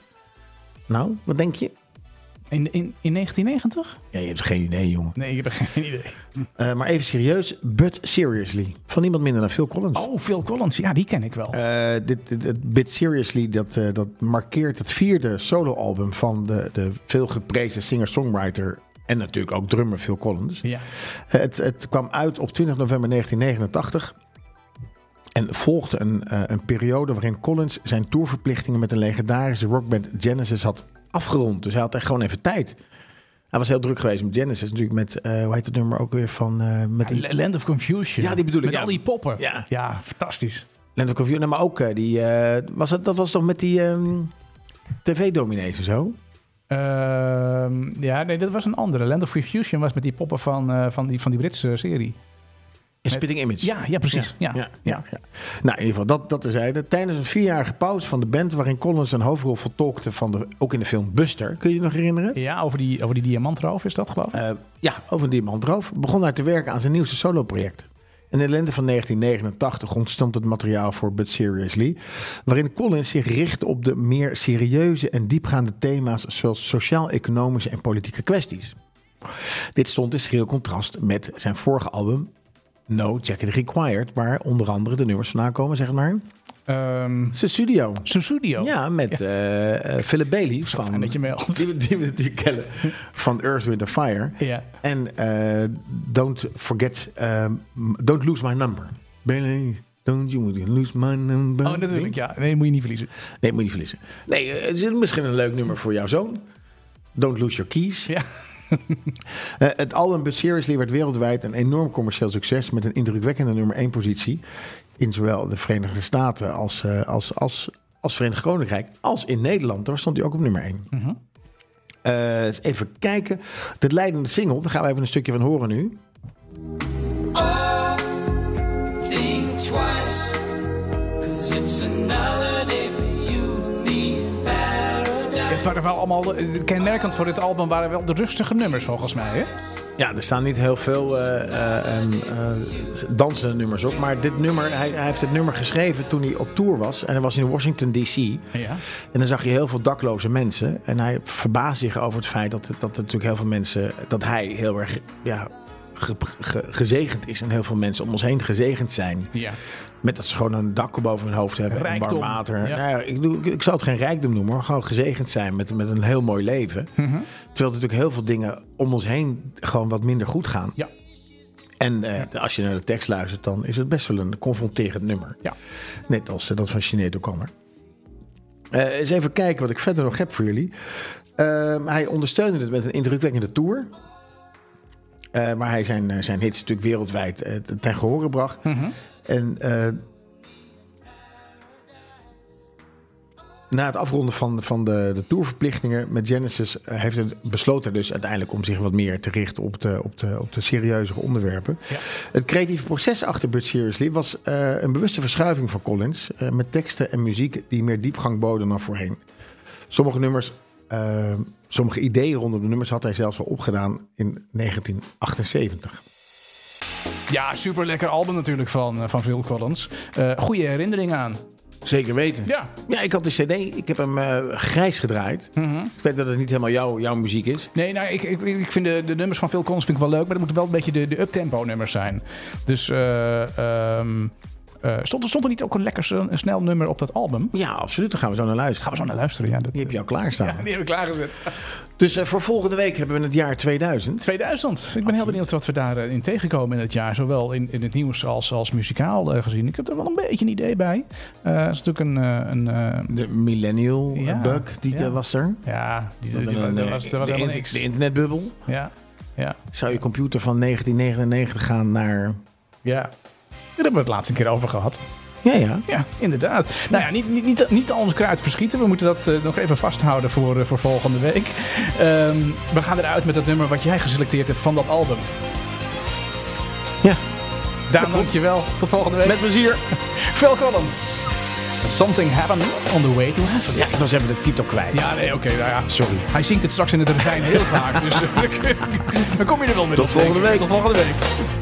Speaker 2: Nou, wat denk je?
Speaker 1: In, in, in 1990?
Speaker 2: Ja, je hebt geen idee, jongen.
Speaker 1: Nee, ik heb geen idee.
Speaker 2: Eh, maar even serieus, But Seriously. Van niemand minder dan Phil Collins.
Speaker 1: Oh, Phil Collins. Ja, die ken ik wel.
Speaker 2: Eh, dit, dit, het Bit Seriously, dat, eh, dat markeert het vierde soloalbum van de, de veel geprezen singer-songwriter en natuurlijk ook drummer Phil Collins.
Speaker 1: ja.
Speaker 2: Eh, Het, het kwam uit op 20 november 1989 en volgde een, eh, een periode waarin Collins zijn tourverplichtingen met de legendarische rockband Genesis had afgerond. Dus hij had echt gewoon even tijd. Hij was heel druk geweest met Genesis, natuurlijk met, eh, hoe heet het nummer ook weer van... eh, met die-
Speaker 1: L- Land of Confusion.
Speaker 2: Ja, die bedoel ik,
Speaker 1: Met
Speaker 2: ja.
Speaker 1: al die poppen.
Speaker 2: Ja.
Speaker 1: fantastisch.
Speaker 2: Land of Confusion, maar ook eh, die. eh, was het, dat was toch met die ehm, tv-dominees en zo?
Speaker 1: Ehm, ja, nee, dat was een andere. Land of Confusion was met die poppen van, eh, van, die, van die Britse serie.
Speaker 2: In Spitting Image.
Speaker 1: Ja, ja precies. Ja,
Speaker 2: Ja, ja, ja. Nou, in ieder geval, dat, dat terzijde. Tijdens een vierjarige pauze van de band, waarin Collins een hoofdrol vertolkte van de, ook in de film Buster, kun je je nog herinneren?
Speaker 1: Ja, over die, over die diamantroof is dat geloof ik.
Speaker 2: Eh, ja, over Diamantroof, begon hij te werken aan zijn nieuwste soloproject. In de lente van 1989 ontstond het materiaal voor But Seriously, waarin Collins zich richtte op de meer serieuze en diepgaande thema's zoals sociaal-economische en politieke kwesties. Dit stond in schril contrast met zijn vorige album No Jacket Required, waar onder andere de nummers vandaan komen, zeg maar.
Speaker 1: Ehm
Speaker 2: Zijn studio.
Speaker 1: zijn studio.
Speaker 2: Ja, met eh, eh, Philip Bailey van,
Speaker 1: Oh. fijn dat je me helpt.
Speaker 2: die, we- die we natuurlijk kennen van Earth, Wind and Fire.
Speaker 1: Ja.
Speaker 2: En eh, Don't Forget, ehm, Don't Lose My Number. Bailey, don't you lose my number.
Speaker 1: Oh, natuurlijk. Ja, nee, moet je niet verliezen.
Speaker 2: Nee, moet je niet verliezen. Nee, eh, het is misschien een leuk nummer voor jouw zoon. Don't Lose Your Keys.
Speaker 1: Ja.
Speaker 2: Eh, het album But Seriously werd wereldwijd een enorm commercieel succes met een indrukwekkende nummer 1 positie in zowel de Verenigde Staten als, eh, als, als, als Verenigd Koninkrijk als in Nederland. Daar stond hij ook op nummer 1. Eh, eens even kijken. De leidende single, daar gaan we even een stukje van horen nu.
Speaker 3: Think twice, cause it's another day for you and me in paradise.
Speaker 1: Het waren wel allemaal, eh, kenmerkend voor dit album waren wel de rustige nummers volgens mij. Hè?
Speaker 2: Ja, er staan niet heel veel eh, eh, ehm, eh, dansende nummers op. Maar dit nummer, hij, hij heeft het nummer geschreven toen hij op tour was. En hij was in Washington D.C.
Speaker 1: Ja.
Speaker 2: En dan zag je heel veel dakloze mensen. En hij verbaasde zich over het feit dat, dat er natuurlijk heel veel mensen. dat hij heel erg ja, ge- ge- gezegend is. En heel veel mensen om ons heen gezegend zijn.
Speaker 1: Ja.
Speaker 2: Met dat ze gewoon een dak boven hun hoofd hebben. En
Speaker 1: Rijkdom,
Speaker 2: warm water.
Speaker 1: ja.
Speaker 2: Nou ja, ik, doe- ik, ik zou het geen rijkdom noemen, maar gewoon gezegend zijn met, met een heel mooi leven.
Speaker 1: Mhm.
Speaker 2: Terwijl er natuurlijk heel veel dingen om ons heen gewoon wat minder goed gaan.
Speaker 1: Ja.
Speaker 2: En eh, als je naar de tekst luistert, dan is het best wel een confronterend nummer.
Speaker 1: Ja.
Speaker 2: Net als eh, dat van Sinead O'Connor. Eh, eens even kijken wat ik verder nog heb voor jullie. Ehm, hij ondersteunde het met een indrukwekkende tour. Eh, waar hij zijn, eh, zijn hits natuurlijk wereldwijd eh, t- ten gehore bracht. En eh, na het afronden van, van de, de tourverplichtingen met Genesis... eh, heeft hij besloten dus uiteindelijk om zich wat meer te richten op de, op de, op de serieuzere onderwerpen.
Speaker 1: Ja.
Speaker 2: Het creatieve proces achter But Seriously was eh, een bewuste verschuiving van Collins... eh, met teksten en muziek die meer diepgang boden dan voorheen. Sommige nummers, eh, sommige ideeën rondom de nummers had hij zelfs al opgedaan in 1978.
Speaker 1: ja, super lekker album natuurlijk van, eh, van Phil Collins. Eh goede herinnering aan.
Speaker 2: Zeker weten.
Speaker 1: Ja.
Speaker 2: Ja, ik had de cd, ik heb hem eh, grijs gedraaid. Ik weet dat het niet helemaal jouw- jouw muziek is.
Speaker 1: Nee, nou, ik, ik, ik vind de, de nummers van Phil Collins vind ik wel leuk, maar dat moeten wel een beetje de, de uptempo nummers zijn. Dus eh, ehm, eh, stond, er, stond er niet ook een lekker s- een snel nummer op dat album?
Speaker 2: Ja, absoluut. Daar gaan we zo naar luisteren.
Speaker 1: Gaan we zo naar luisteren, ja. Dat,
Speaker 2: Die heb je al klaarstaan.
Speaker 1: Ja, die heb ik klaargezet.
Speaker 2: Dus eh, voor volgende week hebben we het jaar 2000.
Speaker 1: 2000. Ik ben heel benieuwd wat we daarin tegenkomen in het jaar. Zowel in, in het nieuws als, als muzikaal eh, gezien. Ik heb er wel een beetje een idee bij. Eh, Het is natuurlijk een... eh, een eh,
Speaker 2: De millennial eh,
Speaker 1: Ja,
Speaker 2: bug, die
Speaker 1: ja.
Speaker 2: eh, was er.
Speaker 1: ja, die,
Speaker 2: Dan
Speaker 1: die-
Speaker 2: een,
Speaker 1: dat
Speaker 2: eh,
Speaker 1: was, dat was
Speaker 2: de,
Speaker 1: helemaal
Speaker 2: in-
Speaker 1: niks.
Speaker 2: de internetbubbel.
Speaker 1: Ja. Ja.
Speaker 2: Zou je computer van 1999 gaan naar...
Speaker 1: Ja. Daar hebben we het laatste keer over gehad.
Speaker 2: Ja, ja.
Speaker 1: Ja, inderdaad. Nou ja, niet, niet, niet, niet al ons kruid verschieten. We moeten dat eh, nog even vasthouden voor, eh, voor volgende week. Ehm, we gaan eruit met dat nummer wat jij geselecteerd hebt van dat album.
Speaker 2: Ja,
Speaker 1: Daan, dankjewel. Tot volgende week.
Speaker 2: met plezier.
Speaker 1: Phil Collins. Something happened on the way to heaven.
Speaker 2: Ja, ik was even de titel kwijt.
Speaker 1: Ja, nee, oké. nou ja.
Speaker 2: Sorry.
Speaker 1: Hij zingt het straks in het refrein heel vaak. Dus eh, dan kom je er wel mee Tot
Speaker 2: volgende week.
Speaker 1: Tot volgende week.